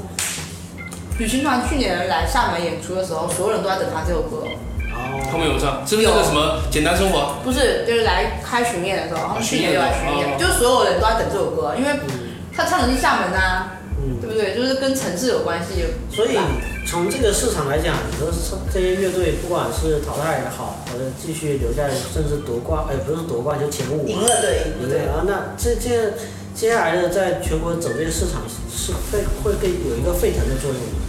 旅行团去年来厦门演出的时候，所有人都在等他这首歌，他哦，们有唱，是不是那个有什么《简单生活》？不是，就是来开巡演的时候，他们去年就来巡哦演，就是所有人都在等这首歌，因为他唱的是厦门啊，嗯，对不对？就是跟城市有关系。所以从这个市场来讲，你说这些乐队不管是淘汰也好，或者继续留在，甚至夺冠，哎，不是夺冠就前五嘛，赢了对赢了对啊，那这这接下来的在全国走这个市场是会会给有一个沸腾的作用吗。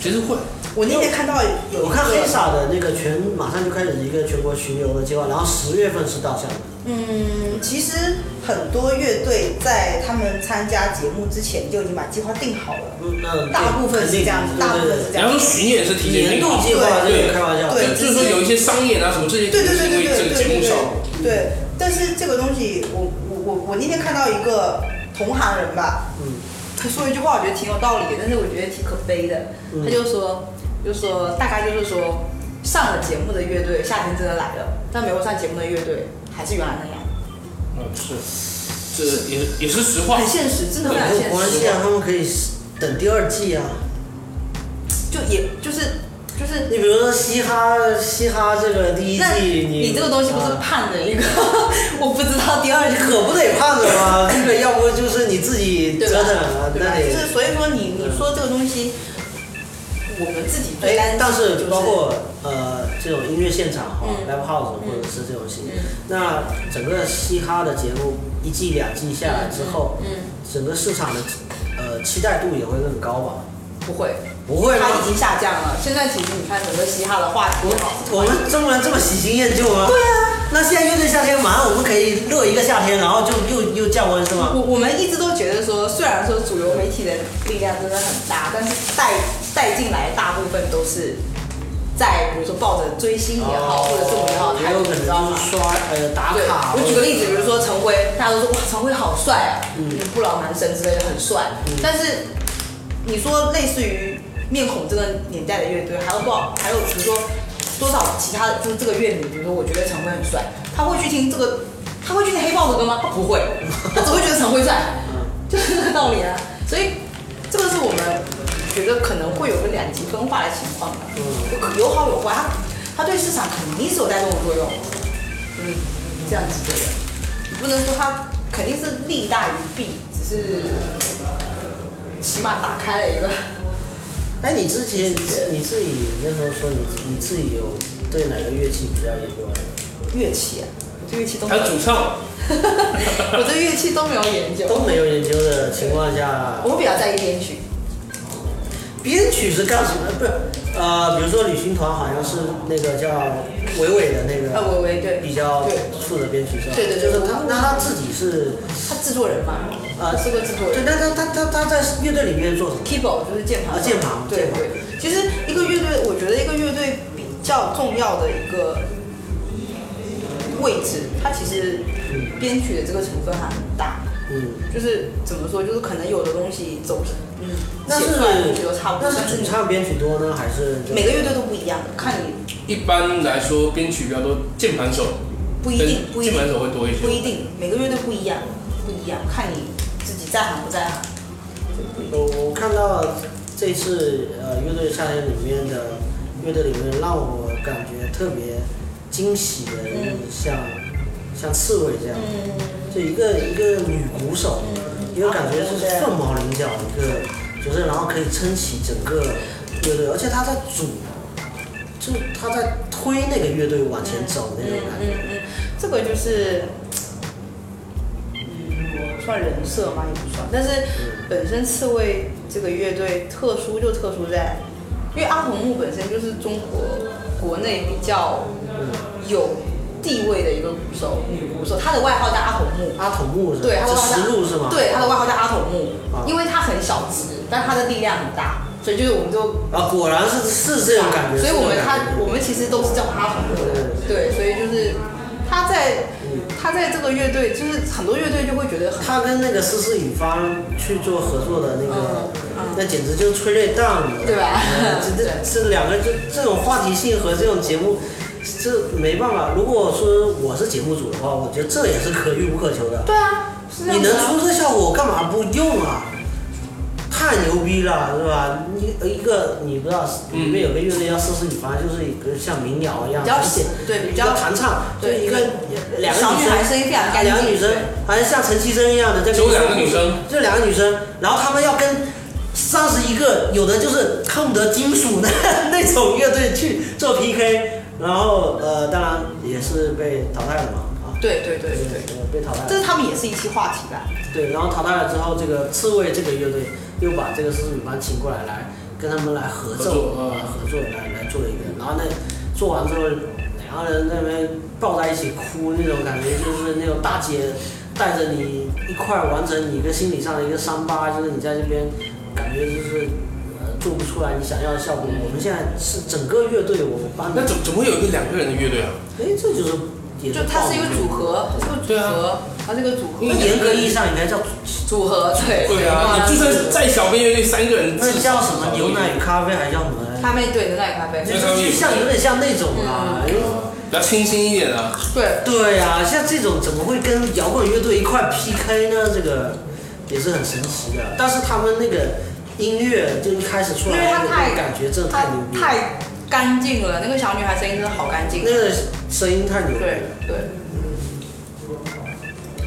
其实会，我那天看到有一个我看黑撒的那个全马上就开始一个全国巡游的计划，然后十月份是到厦门。嗯，其实很多乐队在他们参加节目之前就已经把计划定好了，嗯，那大部分是这样肯定子，大部分是对这然样后子。巡演是提对对前年度定好计的，划这对个开玩笑，就对就是说有一些商演啊什么这些，对对对因对为对这个对节对目效对果。对，但是这个东西，我我我我那天看到一个同行人吧，嗯他说一句话，我觉得挺有道理的，但是我觉得挺可悲的。嗯他就说，就说大概就是说，上了节目的乐队夏天真的来了，但没有上节目的乐队还是原来那样，嗯，是，这也也是实话很。现实，真的对会很没有现关实系。啊，他们可以等第二季啊。就也就是就是你比如说嘻哈，嘻哈这个第一那季，你这个东西不是啊判的一个， 我不知道第二你个可不得盼着吗？这个要不就是你自己对折吧腾啊，对吧那？就得是所以说你你说这个东西，我们自己最哎担，但心就是包括呃这种音乐现场哈、嗯 l i v e house 嗯或者是这种型，嗯那整个嘻哈的节目一季两季下来之后，嗯嗯整个市场的呃期待度也会更高吧？不会，不会吗它已经下降了。现在其实你看整个嘻哈的话题也好，我们中国人这么喜新厌旧吗？对啊。那现在乐队夏天马上我们可以热一个夏天，然后就又又降温是吗？我我们一直都觉得说，虽然说主流媒体的力量真的很大，但是带带进来大部分都是在比如说抱着追星哦也好，或者这种也好，也态有度，可你能知道就吗？是刷呃打对，卡。我举个例子，比如说陈辉，大家都说哇，陈辉好帅啊，嗯不老男神之类的很帅。但是你说类似于面孔这个年代的乐队，还有多少？还有比如说多少其他的就是这个乐迷，比如说我觉得常辉很帅，他会去听这个，他会去听黑豹的歌吗？他不 会，他只会觉得常辉帅，嗯就是这个道理啊。所以这个是我们觉得可能会有个两极分化的情况吧，嗯有有好有坏，他他对市场肯定是有带动的作用，嗯，这样子的人，你不能说他肯定是利大于弊，只是起码打开了一个。哎，你之前你自己那时候说你你自己有对哪个乐器比较研究啊？乐器、啊，我对乐器都没还有有，主唱， 我对乐器都没有研究，都没有研究的情况下，我比较在意编曲。编曲是干什么？不是，呃，比如说旅行团好像是那个叫伟伟的那呃，个维维对，比较对，负责编曲是吧？对对对就是我他，那他自己是他制作人嘛，啊啊，是个制作对，人那他他他他在乐队里面做什么？ ，keyboard 就是键盘啊嘛，键盘对键盘对。其实一个乐队，我觉得一个乐队比较重要的一个位置，它其实编曲的这个成分还很大，嗯，就是怎么说，就是可能有的东西走，嗯，那写是出来的东西都差不那多，是主唱编曲多呢，还是就每个乐队都不一样，看你一般来说编曲比较多，键盘手不一定，不一键定盘。手会多一些，不一定，每个乐队不一样，不一样，看你自己在行不在行。我我看到这次呃乐队夏天里面的乐队里面让我感觉特别惊喜的，嗯像像刺猬这样，嗯，啊就一个一个女鼓手，一个感觉是凤毛麟角一个角色，然后可以撑起整个乐队，而且她在主，就她在推那个乐队往前走那种嗯感觉。嗯嗯，这个就是，嗯，算人设吗？也不算，但是本身刺猬这个乐队特殊就特殊在，因为阿童木本身就是中国国内比较有地位的一个鼓手，女鼓手，她的外号叫阿童木。阿童木是吧？对，他的是外号实录是吗？对，他的外号叫阿童木啊，因为他很小只，但他的力量很大，所以就是我们就啊，果然是是这种感觉。所以我们是这种感他觉我们其实都是叫他阿童木的，对，所以就是他在他在这个乐队，就是很多乐队就会觉得很他跟那个思思雨芳去做合作的那个，那简直就是催泪弹了，嗯对吧嗯这这这两个就这种话题性和这种节目，这没办法。如果说我是节目组的话，我觉得这也是可遇不可求的。对啊，是这你样能子啊出这效果，干嘛不用啊？太牛逼了，是吧？你呃一个你不知道，里面有个乐队叫思思雨芳，就是一个像民谣一样，嗯比较而且对比比较较弹唱，就对一个两个小女女生孩声音非常干净，两个女生对，好像像陈绮贞一样的在只跟你有说两个女生，就两个女生，然后她们要跟三十一个，有的就是恨不得金属的那种乐队去做 PK，然后呃，当然也是被淘汰了嘛，啊，对对对对，呃被淘汰这了，是他们也是一期话题吧？对，然后淘汰了之后，这个刺猬这个乐队又把这个狮子女班请过来，来跟他们来合奏合作，嗯啊，合作来来做一个，然后那做完之后，两个人在那边抱在一起哭那种感觉，就是那种大姐带着你一块儿完成你一个心理上的一个伤疤，就是你在这边感觉就是。呃做不出来你想要的效果。我们现在是整个乐队，我们帮你那，怎怎么会有一个两个人的乐队啊？哎，这就是也就它是一个组合，它是对个组啊合，它是一个组合那，严格意义上应该叫组合对对啊，你就算再小边乐队三个人，那叫什么牛奶与咖啡，还叫什么来着？咖啡对啊牛奶咖啡，就是像有点像那种啊，因为比较清新一点啊。对对啊，像这种怎么会跟摇滚乐队一块 PK 呢？这个也是很神奇的。但是他们那个音乐就一开始出因为来它的太那个感觉真的它太牛逼了，太干净了，那个小女孩声音真的好干净，那个声音太牛逼对了，对。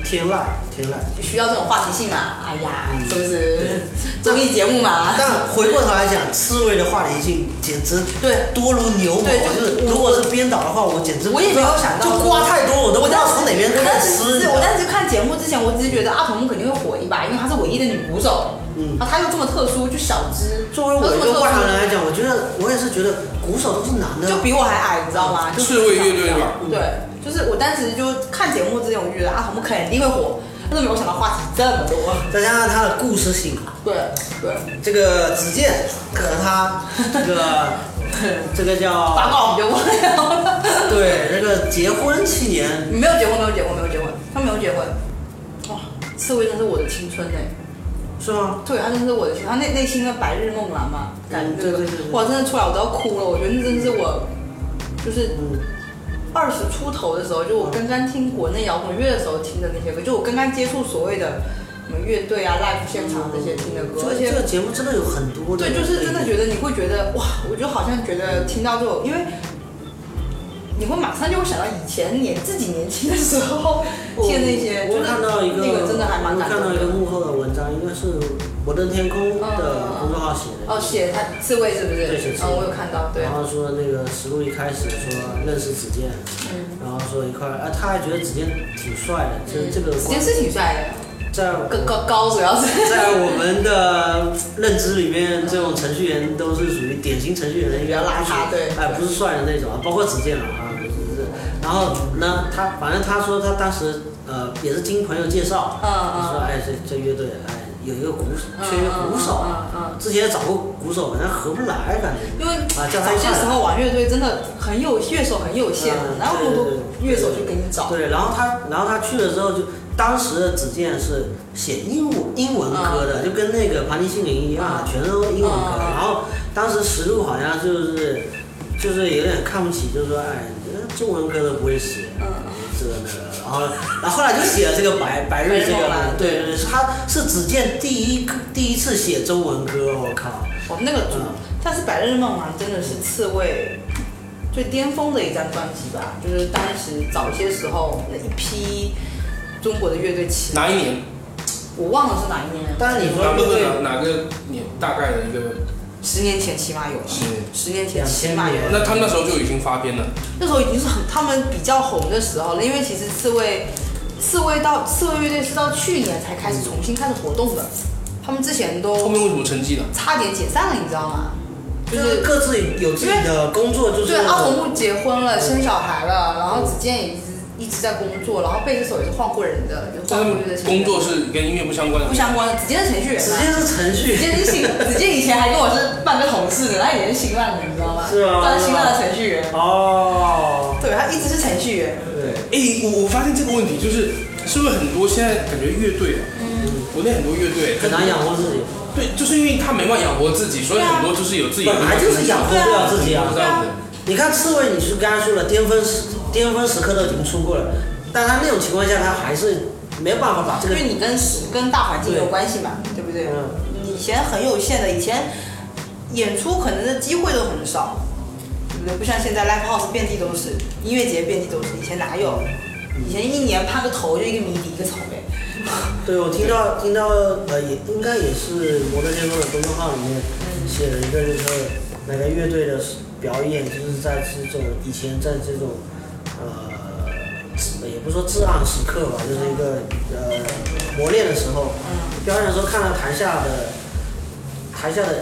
天籁天籁。需要这种话题性嘛？哎呀，嗯是不是 综艺节目嘛？但回过头来讲，刺猬的话题性简直对多如牛毛。对就就是是如果是编导的话，我简直我也没有想到，就瓜太多，我都不知道从哪边我开当始时吃。是我当时看节目之前，我只是觉得阿童木肯定会火一把，因为她是唯一的女鼓手，嗯，她又这么特殊，就小只，作为我她这一么个特外行殊人来讲，我觉得我也是觉得鼓手都是男的，就比我还矮，你知道吗？就刺猬乐队嘛对，就是我当时就看节目之前，我就觉得阿童木肯定会火，但是没有想到话题这么多，再加上他的故事性，啊对对，这个子健和他这个 这个八叫卦我们就忘掉了。对这个结婚七年， 没有结婚，没有结婚，没有结婚，他没有结婚。哇，刺猬真是我的青春哎、是吗？对，他真是我的青春，他内内心的白日梦蓝嘛，感觉、嗯对对对对哇，真的出来我都要哭了，我觉得那真是我就是嗯，二十出头的时候，就我刚刚听国内摇滚乐的时候听的那些歌，就我刚刚接触所谓的什么乐队啊、live 现场这些听的歌，而这且这个节目真的有很多的，对，就是真的觉得，得你会觉得哇，我就好像觉得听到这种，因为你会马上就会想到以前年自己年轻的时候 听的那些，我就是看到一个，那个真的还蛮我感看动到一的个。嗯幕后的文章，应该是摩登天空的公众号写的，哦，写他刺猬是不是？对写刺猬哦，我有看到，对然，后说那个石路一开始说认识子健，然后说一块儿，啊，他还觉得子健挺帅的，这这个子健是挺帅在的，高高高主要 是。在我们的认知里面，这种程序员都是属于典型程序员的一个邋遢对哎，不是帅的那种啊，包括子健了啊，不是不是。然后呢，他反正他说他当时呃也是经朋友介绍，嗯就说嗯，哎这这乐队哎有一个鼓手缺一个鼓手啊，嗯嗯嗯之前也找过鼓手，好像合不来感觉。因为啊叫他早些看时候玩乐队真的很有乐手很有限嗯，哪有那么多对对对乐手去给你找？对，然后他，然后他去了之后就，当时的子健是写英文英嗯文歌的，就跟那个盘尼西林一样，啊全都英文歌。啊然后当时石路好像就是，就是有点看不起，就是说，哎，这中文歌都不会写，嗯这个那个。然后，然后后来就写了这个白白日这白日梦个蓝，对对对，是他是子健第一个第一次写中文歌，我靠，哦，那个主嗯，但是《百日梦王》真的是刺猬最巅峰的一张专辑吧，就是当时早些时候那一批中国的乐队起，哪一年？我忘了是哪一年了，但是你说哪乐队个哪哪个年？大概的一个十年前起码有了，十年。十年前起码有了2000年。那他们那时候就已经发片了，那时候已经是很他们比较红的时候了，因为其实刺猬，刺猬到刺猬乐队是到去年才开始重新开始活动的，他们之前后都面为什么成绩了？差点解散了，你知道吗？就就是是各自有自己的工作，就是对那阿种童木结婚了，生小孩了，然后子健也一直一直在工作，然后贝斯手也是换过人的，就但换他过们乐队的成工员作是跟音乐不相关的呃不。相关的，子健是程序员子嘛。健是程序子健是 新，子健以前还跟我是半个同事呢，他以前是新浪的，你知道吗？是啊吗他是新浪的程序员，哦，对他一直是程序员。对。哎、我我发现这个问题就是，是不是很多现在感觉乐队啊，嗯国内很多乐队很难养活自己，对，就是因为他没办法养活自己，所以啊很多就是有自己的本来就是养活不了自己啊这。样子。你看刺猬，你是刚才说了，巅峰时巅峰时刻都已经出过了，但他那种情况下，他还是没有办法把这因个为你跟时跟大环境有关系嘛，对不对？嗯你以前很有限的，以前演出可能的机会都很少，对不对？不像现在 live house 遍地都是，音乐节遍地都是，以前哪有？以前一年攀个头就一个谜底一个草莓，对，我听到听到呃，也应该也是摩登天空的公众号里面写了一个，就是说哪个乐队的表演，就是在这种以前在这种呃，至也不是说至暗时刻吧，就是一个呃磨练的时候，表演的时候看到台下的台下的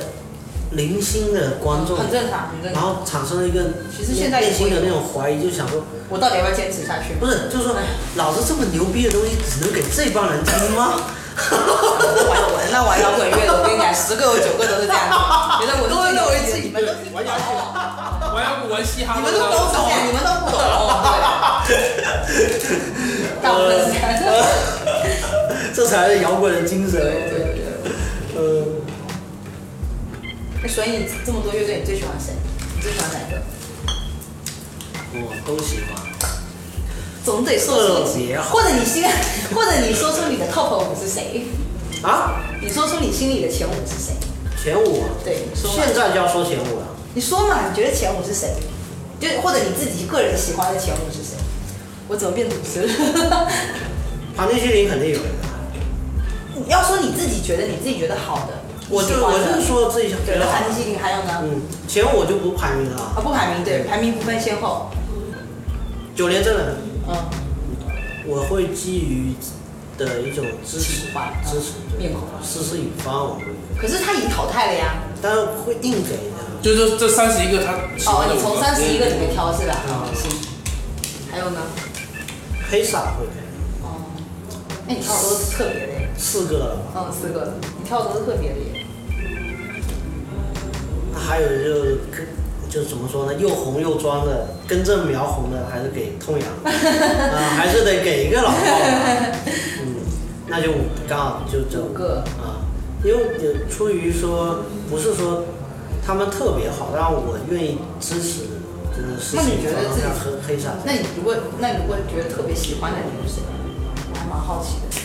零星的观众，很正常，很然正常。后产生了一个啊其实现在也内心的会有那种怀疑，就想说我到底要不要坚持下去？ 不是，就是说哎老子这么牛逼的东西只能给这帮人听吗？ 玩玩那玩摇滚乐的，我跟你讲，十个有九个都是这样子， 觉得我都认为自己们都玩摇滚，啊玩摇滚玩嘻哈，你们都不懂，你们都 不懂，对，大部分是这样子。这才是摇滚的精神。对对。呃，那所以这么多乐队，你最喜欢谁？你最喜欢哪个？我都喜欢。总得说出特别好或者你心，或者你说出你的 top 五是谁？啊，你说出你心里的前五是谁？前五啊，对，你说嘛现，在就要说前五了。你说嘛，你觉得前五是谁？就或者你自己个人喜欢的前五是谁？我怎么变主持人？ 盘尼西林肯定有一个。你要说你自己觉得你自己觉得好的，我就我就就说自己想对，觉得那好韩金星还有呢？嗯，前五我就不排名了啊，啊。不排名，对，排名不分先后。九连真人，嗯，我会基于的一种支持情怀，支持对嗯面孔诗诗与方我会，可是他已经淘汰了呀。但是会硬给的。就是说这三十一个他嗯喜哦欢，的你五从三十一个里面挑是吧？啊，哦还有呢？黑撒会给哦，那你跳的都是特别的耶，四个了吧？嗯，四个，你跳的都是特别的耶。那还有就是跟就怎么说呢，又红又装的，根正苗红的，还是给痛痒，啊，还是得给一个老炮吧。嗯，那就刚好就这五个啊，因为也出于说不是说他们特别好，让我愿意支持，就就是事那情你觉得发自己生在黑黑上。那你如果那你如果觉得特别喜欢的人是谁？我还蛮好奇的。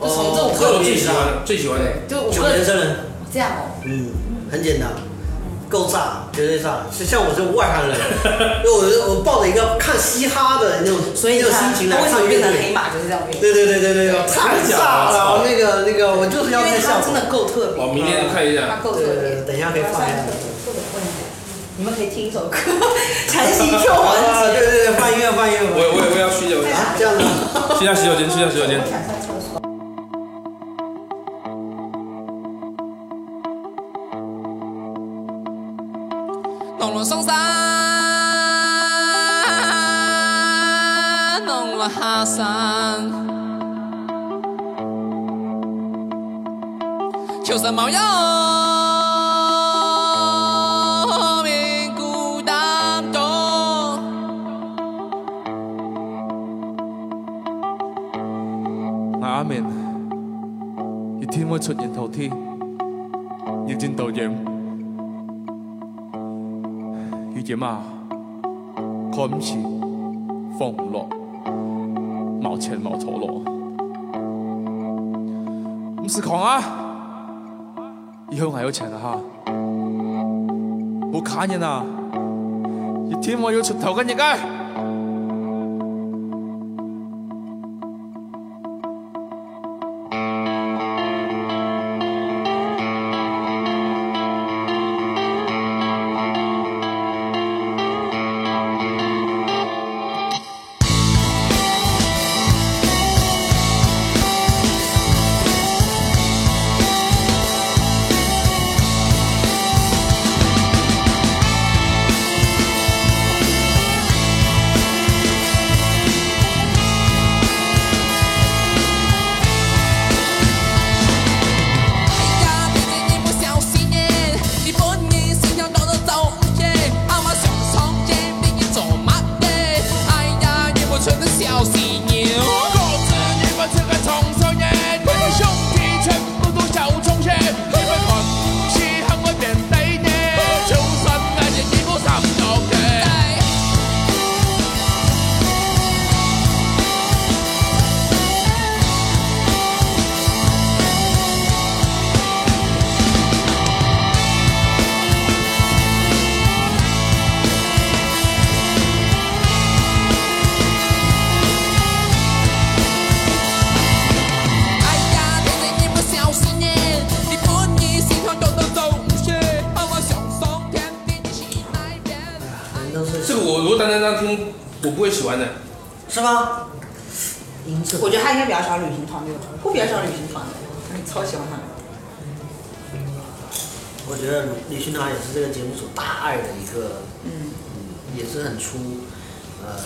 就从这五我个有里最面喜欢的，最喜欢的，就五哦九个年人生人，这样哦，嗯，很简单，够炸，绝对炸。是像我这种外行人，因为我是我抱着一个看嘻哈的那种所那以你种看心情他来为什看乐么变成黑队。马就是这样变，对对对对对，太假炸了了！那个那个，我就是要因看为效果他真。的够特别，我哦明天看一下。他够对特对别对，。等一下可以放一下。你们可以听一 首歌， 禅心 Q 环啊，对对对，放音乐放音我乐。我我也要 去掉，啊，这样子。去掉洗手间，去掉洗手间。弄了上山，弄了下山，求生冇有命孤单多。阿明，以天威出人头天，要见到影，要影啊，看唔似，放唔落，冇錢冇陀螺，唔是狂啊！以後我有錢啦吓，冇砍人啊！以天威要出頭嘅日啊！呀，毕竟你不小心耶，你本意是要多多走耶，阿妈想创业，你要做乜耶？哎呀，你不存的小心眼，各自你们这个创造业，你们兄弟全部都小冲业，你们看是很会变低呢，就算爱情你不上到嘅。哎呀，毕竟你不小心耶，你本意是要多多走耶，阿妈想创业，你去那边。人都是这个我如果单单这样听，我不会喜欢的。是吗？音质。我觉得他应该比较喜欢旅行团那种，我比较喜欢旅行团的，嗯超喜欢他们。我觉得李勋堂也是这个节目组大爱的一个，嗯，也是很出呃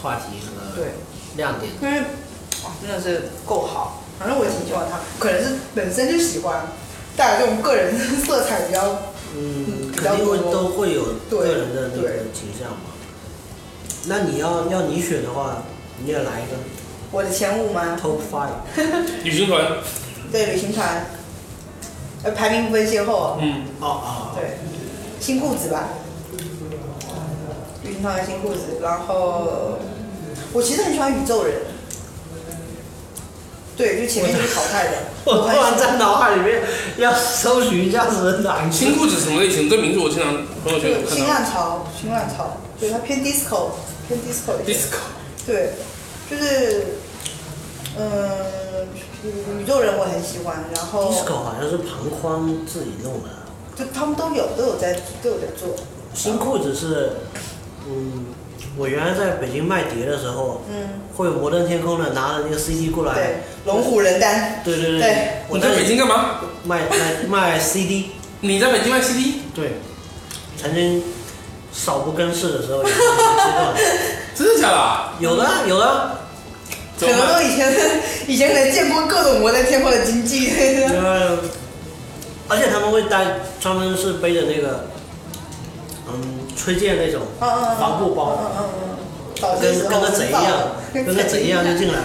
话题和对亮点。因为哇，真的是够好。反正我也挺喜欢他，可能是本身就喜欢，带有这种个人色彩比较。嗯，比肯较定会多都会有对个人的那对个倾向嘛。那你要要你选的话，你也来一个我的前五吗？ top five，旅行团，对，旅行团，呃，排名不分先后啊。嗯，哦哦，对，新裤子吧，旅行团的新裤子。然后我其实很喜欢宇宙人，对，就前面就是淘汰的。 我突很喜欢然在脑海里面要搜寻一下是哪一个新裤子什么类型？这名字我经常朋友圈有对，看新到。浪潮，新浪潮，对，它偏 disco，偏 disco 一点。 disco，对，就是，嗯、宇宙人我很喜欢，然后 disco 好像是庞匡自己弄的，就他们都有都有在都有在做，新裤子是，嗯，我原来在北京卖碟的时候，嗯，会摩登天空的拿着那个 CD 过对来，，龙虎人丹，对对对我你在北京干嘛？卖卖卖 CD，你在北京卖 CD，对，曾经少不更事的时候也是这个阶段，真的假的啊？有 的啊有的，怎可么能办都以前以前可能见过各种摩登天空的经济， 嗯呃，而且他们会带，他们是背着那个，嗯，崔健那种嗯嗯嗯防护包，嗯嗯嗯，早些跟时候跟个贼一样，跟个贼一样就进来了，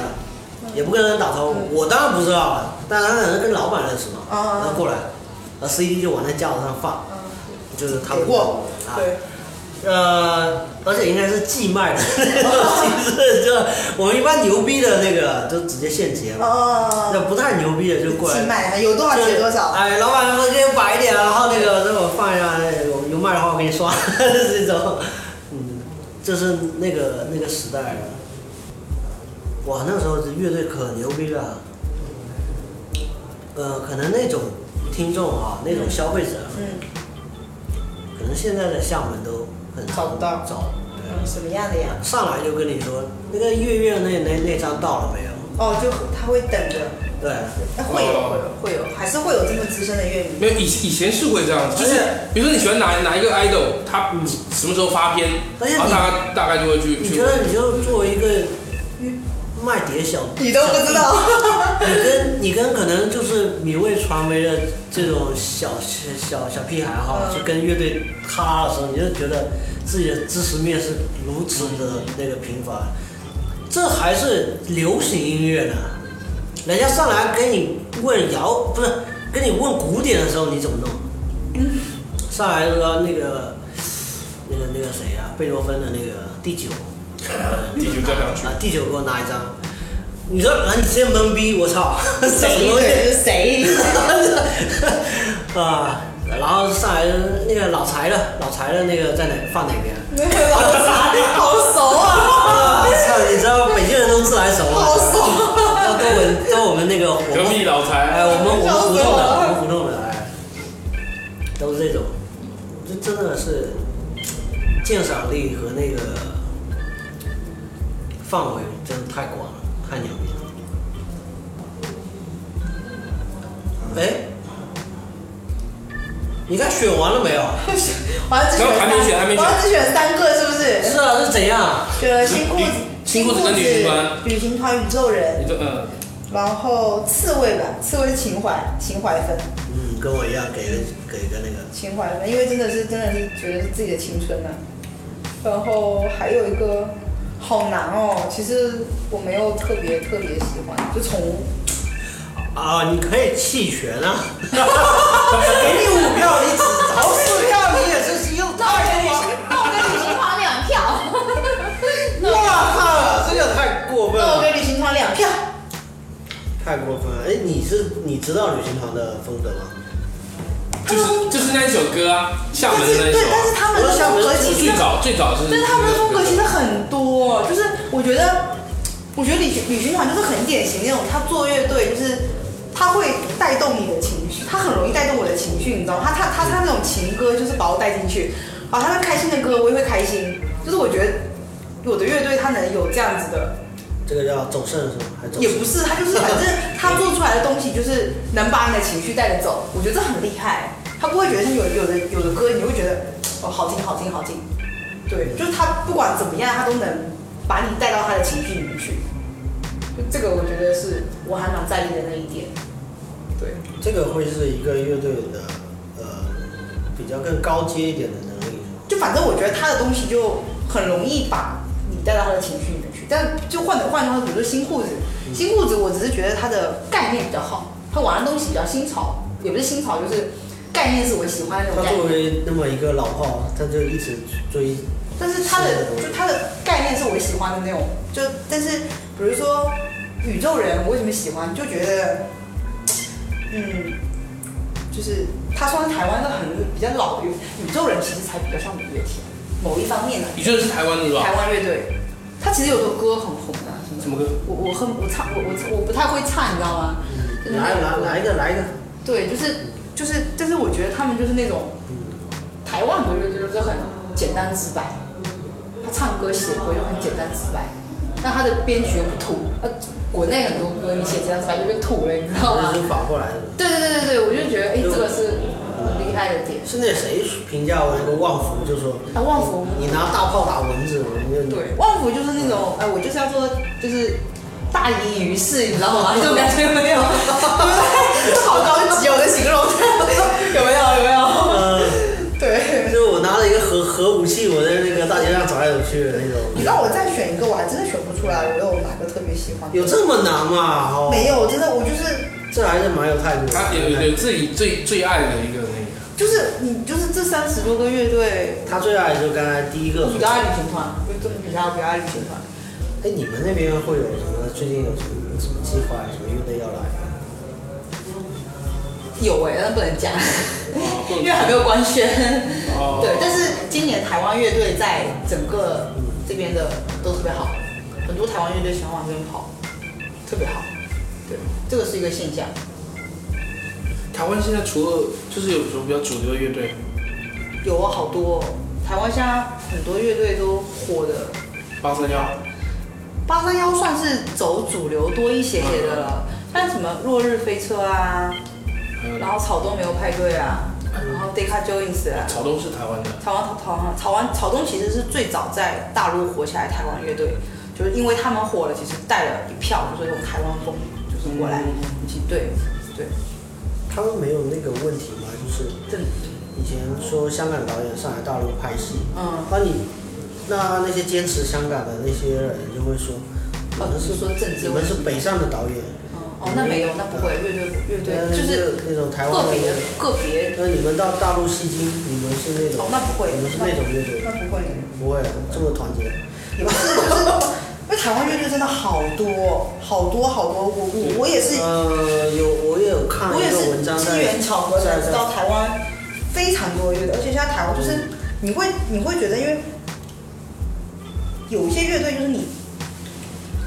嗯也不跟人打招呼。我当然不知道了，但他可能跟老板认识嘛，嗯嗯嗯然后过来，然后 CD 就往那架子上放，就是他嗯给们过啊， 对，呃，而且应该是寄卖的， 就是就我们一般牛逼的那个都直接现结嘛，哦，那不太牛逼的就过来去卖，有多少就是钱多少。哎，老板，我给你摆一点，啊然后那个等我放一下，有有卖的话我给你刷， 这种，嗯，这是那个那个时代了。哇，那时候这乐队可牛逼了。啊呃，可能那种听众啊，那种消费者，嗯，可能现在的厦门都很难找不到找，嗯什么样的呀？上来就跟你说那个月月那那那张到了没有？哦，就他会等着，对，哎会哦有会有会有，还是会有这么资深的乐迷。没有以以前是会这样子，就而是且比如说你喜欢哪哪一个 idol，他什么时候发片，而且然后你大概大概就会去你去觉。得你就作为一个卖碟小你都不知道， 你跟你跟可能就是米味传媒的这种小小小小屁孩哈，嗯就跟乐队咔的时候，你就觉得自己的知识面是如此的那个贫乏，这还是流行音乐呢。人家上来跟你问摇不是跟你问古典的时候，你怎么弄？上来说那个那个那个谁啊，贝多芬的那个第九，第九交响曲啊，第九给我拿一张。你说，啊，你直接懵逼，我操，什么东西？是谁？ 啊，然后上来那个老柴的，老柴的那个在哪放哪边？ 老师好熟啊，啊，操！你知道北京人都自来熟吗？好熟。都我们都我们那个我隔们壁老哎，柴，我们我们笑死胡同的，我我了们胡 同的哎，都是这种，这真的是鉴赏力和那个范围真的太广了，太牛逼了。嗯哎，你看选完了 没有？我要只选还没选还没选我要只选三个，是不是？是啊，是怎样？选了新裤子、新裤子跟旅行团旅行团、宇宙人，你这嗯，然后刺猬吧，刺猬是情怀，情怀分，嗯，跟我一样，给个给个那个情怀分，因为真的是真的是觉得是自己的青春呐、啊然后还有一个好难哦，其实我没有特别特别喜欢，就宠物。啊，你可以弃权啊， 给你五票，你只投四票，你也是又太啊过分 了那我跟旅行团两票，哇靠，这个太过分那我了，跟旅行团两票。太过分了。哎，你是你知道旅行团的风格吗？就是就是那一首歌啊，厦门但的是那一对首，但是啊。他们的风格其最实早最早是，但是他们的风格其实很多，就是我觉得，我觉得旅行旅行团就是很典型那种，他做乐队就是他会带动你的情绪，他很容易带动我的情绪，你知道吗？他他他他那种情歌就是把我带进去，啊，他会开心的歌我也会开心，就是我觉得有的乐队他能有这样子的，这个叫走肾是吗？还是走肾也不是他就是反正 他做出来的东西就是能把你的情绪带着走，我觉得这很厉害，他不会觉得像有有的有的歌你会觉得哦好听好听好听，对，就是他不管怎么样，他都能把你带到他的情绪里面去。就这个我觉得是我还蛮在意的那一点。对，这个会是一个乐队的呃比较更高阶一点的能力。就反正我觉得他的东西就很容易把你带到他的情绪里面去。但就换换句话说，比如说新裤子，新裤子我只是觉得它的概念比较好，他玩的东西比较新潮，也不是新潮，就是概念是我喜欢的那他种概作念。为那么一个老炮，他就一直追但是他的就他的概念是我喜欢的那种，就但是比如说宇宙人，我为什么喜欢？就觉得，嗯，就是他算是台湾的很比较老的乐宇宙人，其实才比较像五月天某一方面的你觉得是台湾的吧？台湾乐队。他其实有首歌很红的、啊，什么歌？我我很我唱我我我不太会唱，你知道吗？就是那嗯来个来来一个来一个，对，就是就是，但是我觉得他们就是那种台湾很多乐队就是很简单直白，他唱歌写歌就很简单直白，但他的编曲又不土。呃，国内很多歌你写简单直白就变土了，你知道吗这？是反过来的。对对对对对，我就觉得哎、这个是很厉害的点。是那谁评价我那个旺福，就说啊，旺福，你拿大炮打蚊子，我们就对，旺福就是那种，哎，我就是要做，就是大隐于世，你知道吗？ 这种感觉有没有？对，好高级，我的形容，有没有？有没有？呃，对。就是我拿了一个核核武器，我在那个大街上走来走去的那种。你让我再选一个，我还真的选不出来，我有哪个特别喜欢？有这么难吗？哦，没有？真的，我就是这还是蛮有态度的。他有有自己最最爱的一个那个，就是你就是这三十多个乐队，他最爱就是刚才第一个比说较爱旅行团，就真的比较比较爱旅行团。哎，你们那边会有什么？最近有什么什么计划？什么乐队要来？有哎、但不能讲， 因为还没有官宣。对，但是今年台湾乐队在整个这边的都特别好，很多台湾乐队喜欢往这边跑，特别好。对，这个是一个现象。台湾现在除了就是有什么比较主流的乐队，有啊，好多、哦。台湾现在很多乐队都火的，八三幺，八三幺算是走主流多一些些的了，像什么落日飞车啊，还有然后草东没有派对啊，然后 Deca Joins 啊，草东是台湾的，草湾草湾草湾草东其实是最早在大陆火起来的台湾乐队，就是因为他们火了，其实带了一票就是用台湾风就是过来，一起对对，他们没有那个问题吗？就是这以前说香港导演上海大陆拍戏，嗯，那你那那些坚持香港的那些人就会说，你哦们你是说政治你问们题是北上的导演，哦那没有那不会乐队乐队就是那种台湾的个那别的种。个别那你们到大陆戏精，你们是那种？哦那不会你们是那种乐队那，不会，不会啊这么团结。也不是就是因为台湾乐队真的好多好多好多，我我我也是呃，有我也有看我也一个是文章在机缘巧合才在知在道台湾非常多乐队，而且现在台湾嗯就是你会你会觉得，因为有一些乐队就是你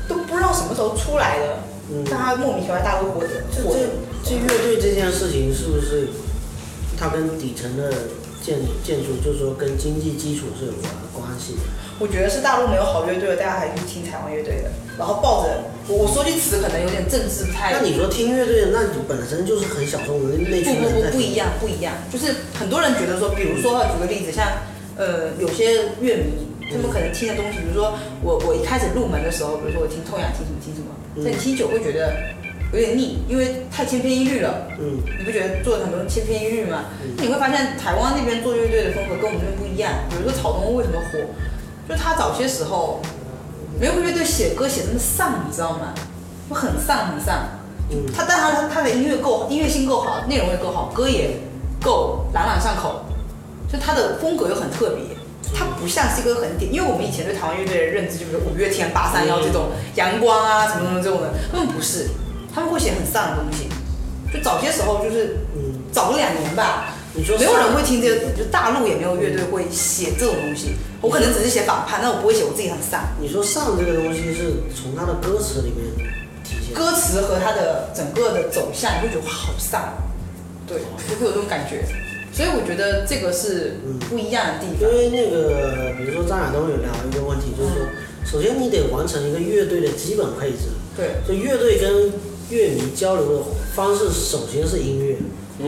都不知道什么时候出来的，嗯但他莫名其妙大家会火的这火这的。这乐队这件事情是不是它跟底层的建建筑，就是说跟经济基础是有关关系的？我觉得是大陆没有好乐队，大家还是听台湾乐队的，然后抱着我我说句词可能有点政治不太那你说听乐队，那你本身就是很小众的那那不群人不在不不听一样，不一样，就是很多人觉得说，比如说举个例子，像呃有些乐迷，他们可能听的东西，比如说我我一开始入门的时候，比如说我听痛痒听什么听什么，但你听久会觉得有点腻，因为太千篇一律了。嗯，你不觉得做了很多千篇一律吗？你会发现台湾那边做乐队的风格跟我们这边不一样。比如说草东为什么火，就是他早些时候没有乐队写歌写得那么丧，你知道吗？会很丧很丧。嗯他但他他他的音乐够，音乐性够好，内容也够好，歌也够朗朗上口，就他的风格又很特别。嗯他不像是一个很典，因为我们以前对台湾乐队的认知就是五月天、八三幺这嗯种阳光啊什么什么这种的，他们不是，他们会写很丧的东西。就早些时候就是，嗯早两年吧，你说没有人会听这个。个，就大陆也没有乐队会写这种东西。我可能只是写反叛，但我不会写我自己很丧。你说上这个东西是从他的歌词里面体现的，歌词和它的整个的走向，你会觉得哇好丧，对，哦就会有这种感觉。所以我觉得这个是不一样的地因方。为那个比如说张亚东有聊一个问题，就是说，首先你得完成一个乐队的基本配置，对，就乐队跟乐迷交流的方式，首先是音乐，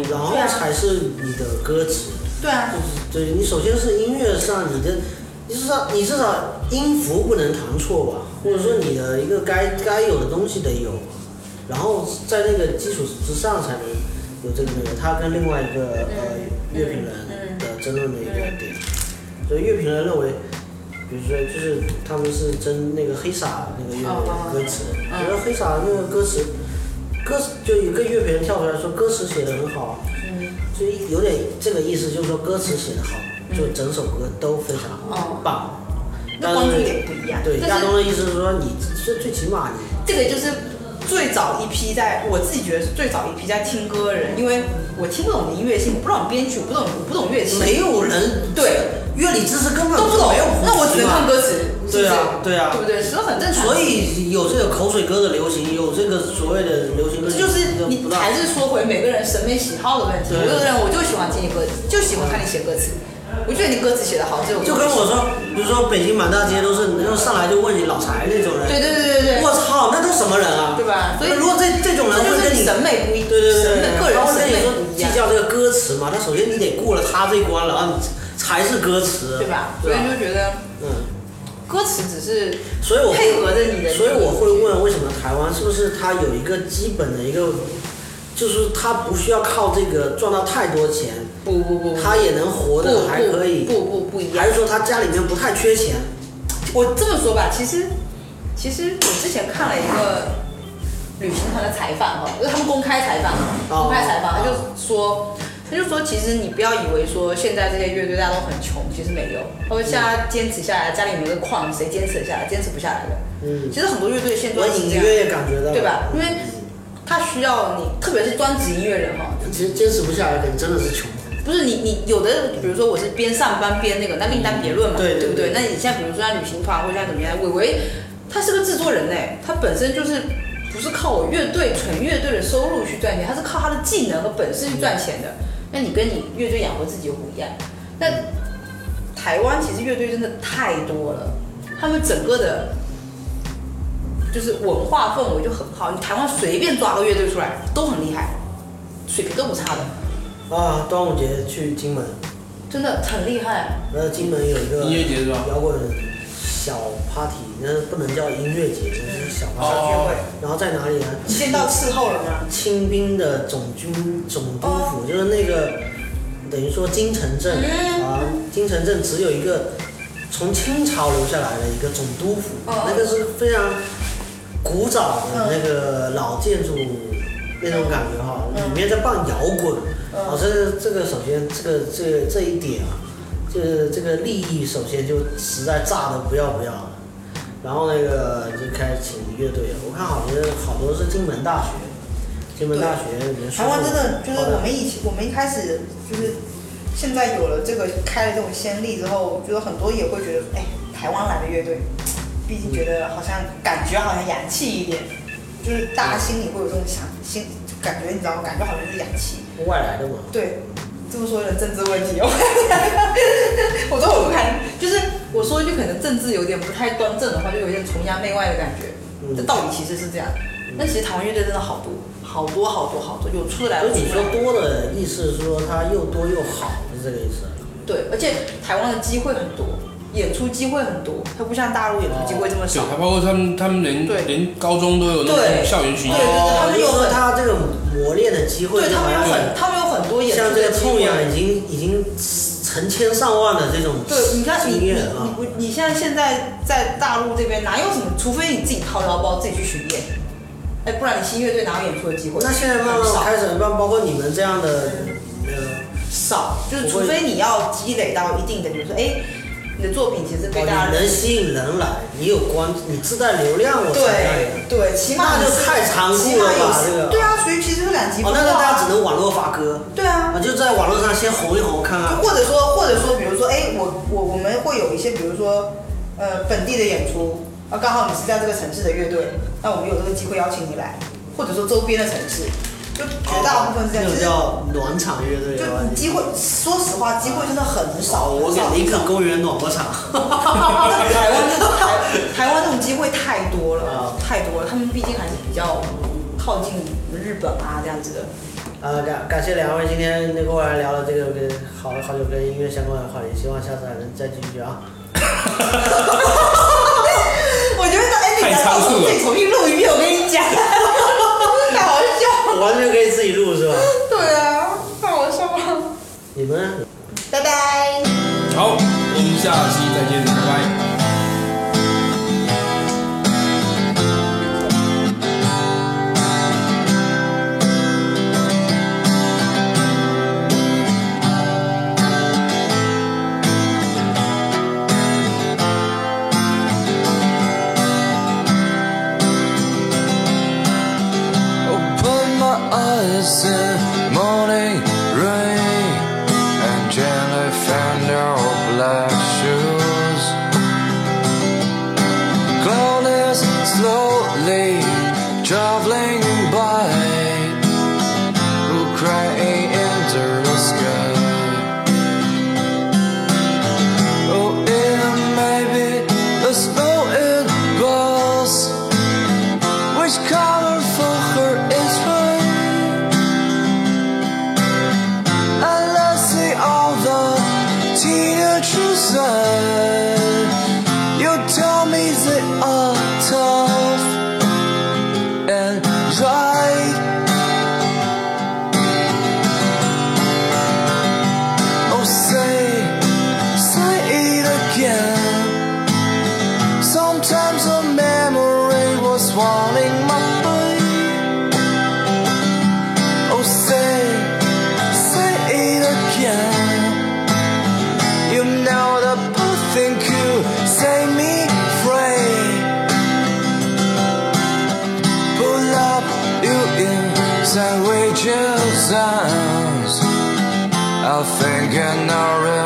然后对啊才是你的歌词。对啊，对你首先是音乐上你的，你至少你至少音符不能弹错吧，或者说你的一个该该有的东西得有，然后在那个基础之上才能有这个那个。他跟另外一个呃乐评人的争论的一个点，所以乐评人认为。比如说，就是他们是争那个黑撒那个乐队的歌词，觉得黑撒那个歌词，歌词就有一个乐评人跳出来说歌词写的很好啊，嗯所以有点这个意思，就是说歌词写得好，就整首歌都非常好棒。嗯那关注点不一样。对，亚但是东的意思是说，你最最起码你这个就是最早一批在，我自己觉得是最早一批在听歌的人，因为我听不懂你的音乐性，我不懂你编曲，我不懂我不懂乐器，没有人对乐理知识根本都不懂没有，，那我只能看歌词，对是不是啊对啊对不对？所以很正常。所以有这个口水歌的流行，有这个所谓的流行歌，这就是不你大还是说回每个人审美喜好的问题。对我有的人我就喜欢听你歌，就喜欢看你写歌词，我觉得你歌词写得好，这种就跟我说，比如说北京满大街都是，然后上来就问你老柴那种人，对对对对对，我操，那都什么人啊？对吧？所以那如果这这种人这就会跟是你审美不一，对对对审美对，个人他会审跟美你说不一计样，较这个歌词嘛，那首先你得过了他这一关了啊，你才是歌词，对吧？所对吧？以就觉得嗯，歌词只是所以我配合着你的所以我会问，为什么台湾是不是它有一个基本的一个，就是它不需要靠这个赚到太多钱，不不不，它也能活不得还可以，不不不一样还。是说他家里面不太缺钱？我这么说吧，其实其实我之前看了一个哦旅行团的采访哈，就是他们公开采访，哦公开采访，他就说他就说，其实你不要以为说现在这些乐队大家都很穷，其实没有。他说现在坚持下来，家里没个矿，谁坚持得下来？坚持不下来的。嗯其实很多乐队现我状是隐这样，约也感觉到，对吧？因为他需要你，特别是专职音乐人哦哈，其嗯实坚持不下来，可能真的是穷。不是你你有的，比如说我是边上班边那个，那另当别论嘛，对对不对那你像比如说像旅行团或者像怎么样，伟伟他是个制作人哎，他本身就是不是靠我乐队纯乐队的收入去赚钱，他是靠他的技能和本事去赚钱的。那你跟你乐队养活自己又不一样。那台湾其实乐队真的太多了，他们整个的。就是文化氛围就很好，你台湾随便抓个乐队出来都很厉害，水平都不差的，啊，端午节去金门，真的很厉害。然后金门有一个音乐节是吧摇滚小 party，那不能叫音乐节，就是小 party。哦，然后在哪里呢？见到伺候了吗？清兵的总军总督府，就是那个等于说金城镇啊，金城镇只有一个从清朝留下来的一个总督府，哦那个是非常古早的那个老建筑那种感觉哈，里面在放摇滚，啊，这这个首先这个这个这一点啊，就是这个利益首先就实在炸的不要不要的。然后那个就开始请乐队了，我看好像好多是金门大学，金门大学里面台湾真的就是我们以前我们一开始就是现在有了这个开了这种先例之后，我觉得很多也会觉得，哎，台湾来的乐队，毕竟觉得好像感觉好像洋气一点，就是大家心里会有这种想心感觉，你知道吗？感觉好像就是洋气。外来的嘛，对，这么说有点政治问题 哦，我都很看，就是我说一句可能政治有点不太端正的话，就有点崇洋媚外的感觉。嗯这道理其实是这样，但其实台湾乐队真的好多好多好多好多，有出得来所的以出你不来说的多的意思是说它又多又好，是这个意思。对，而且台湾的机会很多，演出机会很多，它不像大陆演出机会这么对，少。还包括他们，他们连对连高中都有那种对校园巡对演，对，他们有就是说很它这个磨练的机会，对他们有好像很他们有很多演出像这的个机痛会。痒已经已经成千上万的这种对，你看你经你验你啊，不你像现在在大陆这边哪有什么？除非你自己掏腰包自己去巡演，哎，不然你新乐队哪有演出的机会？那现在慢很少慢开始，包包括你们这样的呃少，就是不除会非你要积累到一定的，比如说，哎，你的作品其实被大哦，家你能吸引人来，你有关，你自带流量，我才让你来对对，起码那就你是太残酷起码了吧有这个对啊，属于其实是两极哦分，化那啊。个大家只能网络发歌对啊，啊，就在网络上先红一红看哦看。或者说，或者说，比如说，哎，我我我们会有一些，比如说，呃，本地的演出，啊，刚好你是在这个城市的乐队，那我们有这个机会邀请你来，或者说周边的城市，就绝大部分是这样，就那种是哦叫暖场乐队吧就机会，说实话，机会真的很少，哦，我很少给林肯公园暖 过场。台湾这种台 台湾这种机会太多啊了，太多了，他们毕竟还是比较靠近日本啊这样子的，呃，感感谢两位今天跟我来聊了这个跟好好久跟音乐相关的话题，希望下次还能再继续啊。我觉得哎，你太来到仓时候促了自己重新录一遍，我跟你讲， 太好笑了，完全可以自己录是吧？对啊，太好笑了。你们呢？拜拜。好，我们下期再见，拜拜。 Open my eyes in morning rain and gently find your black shoes. Oh, thinking I really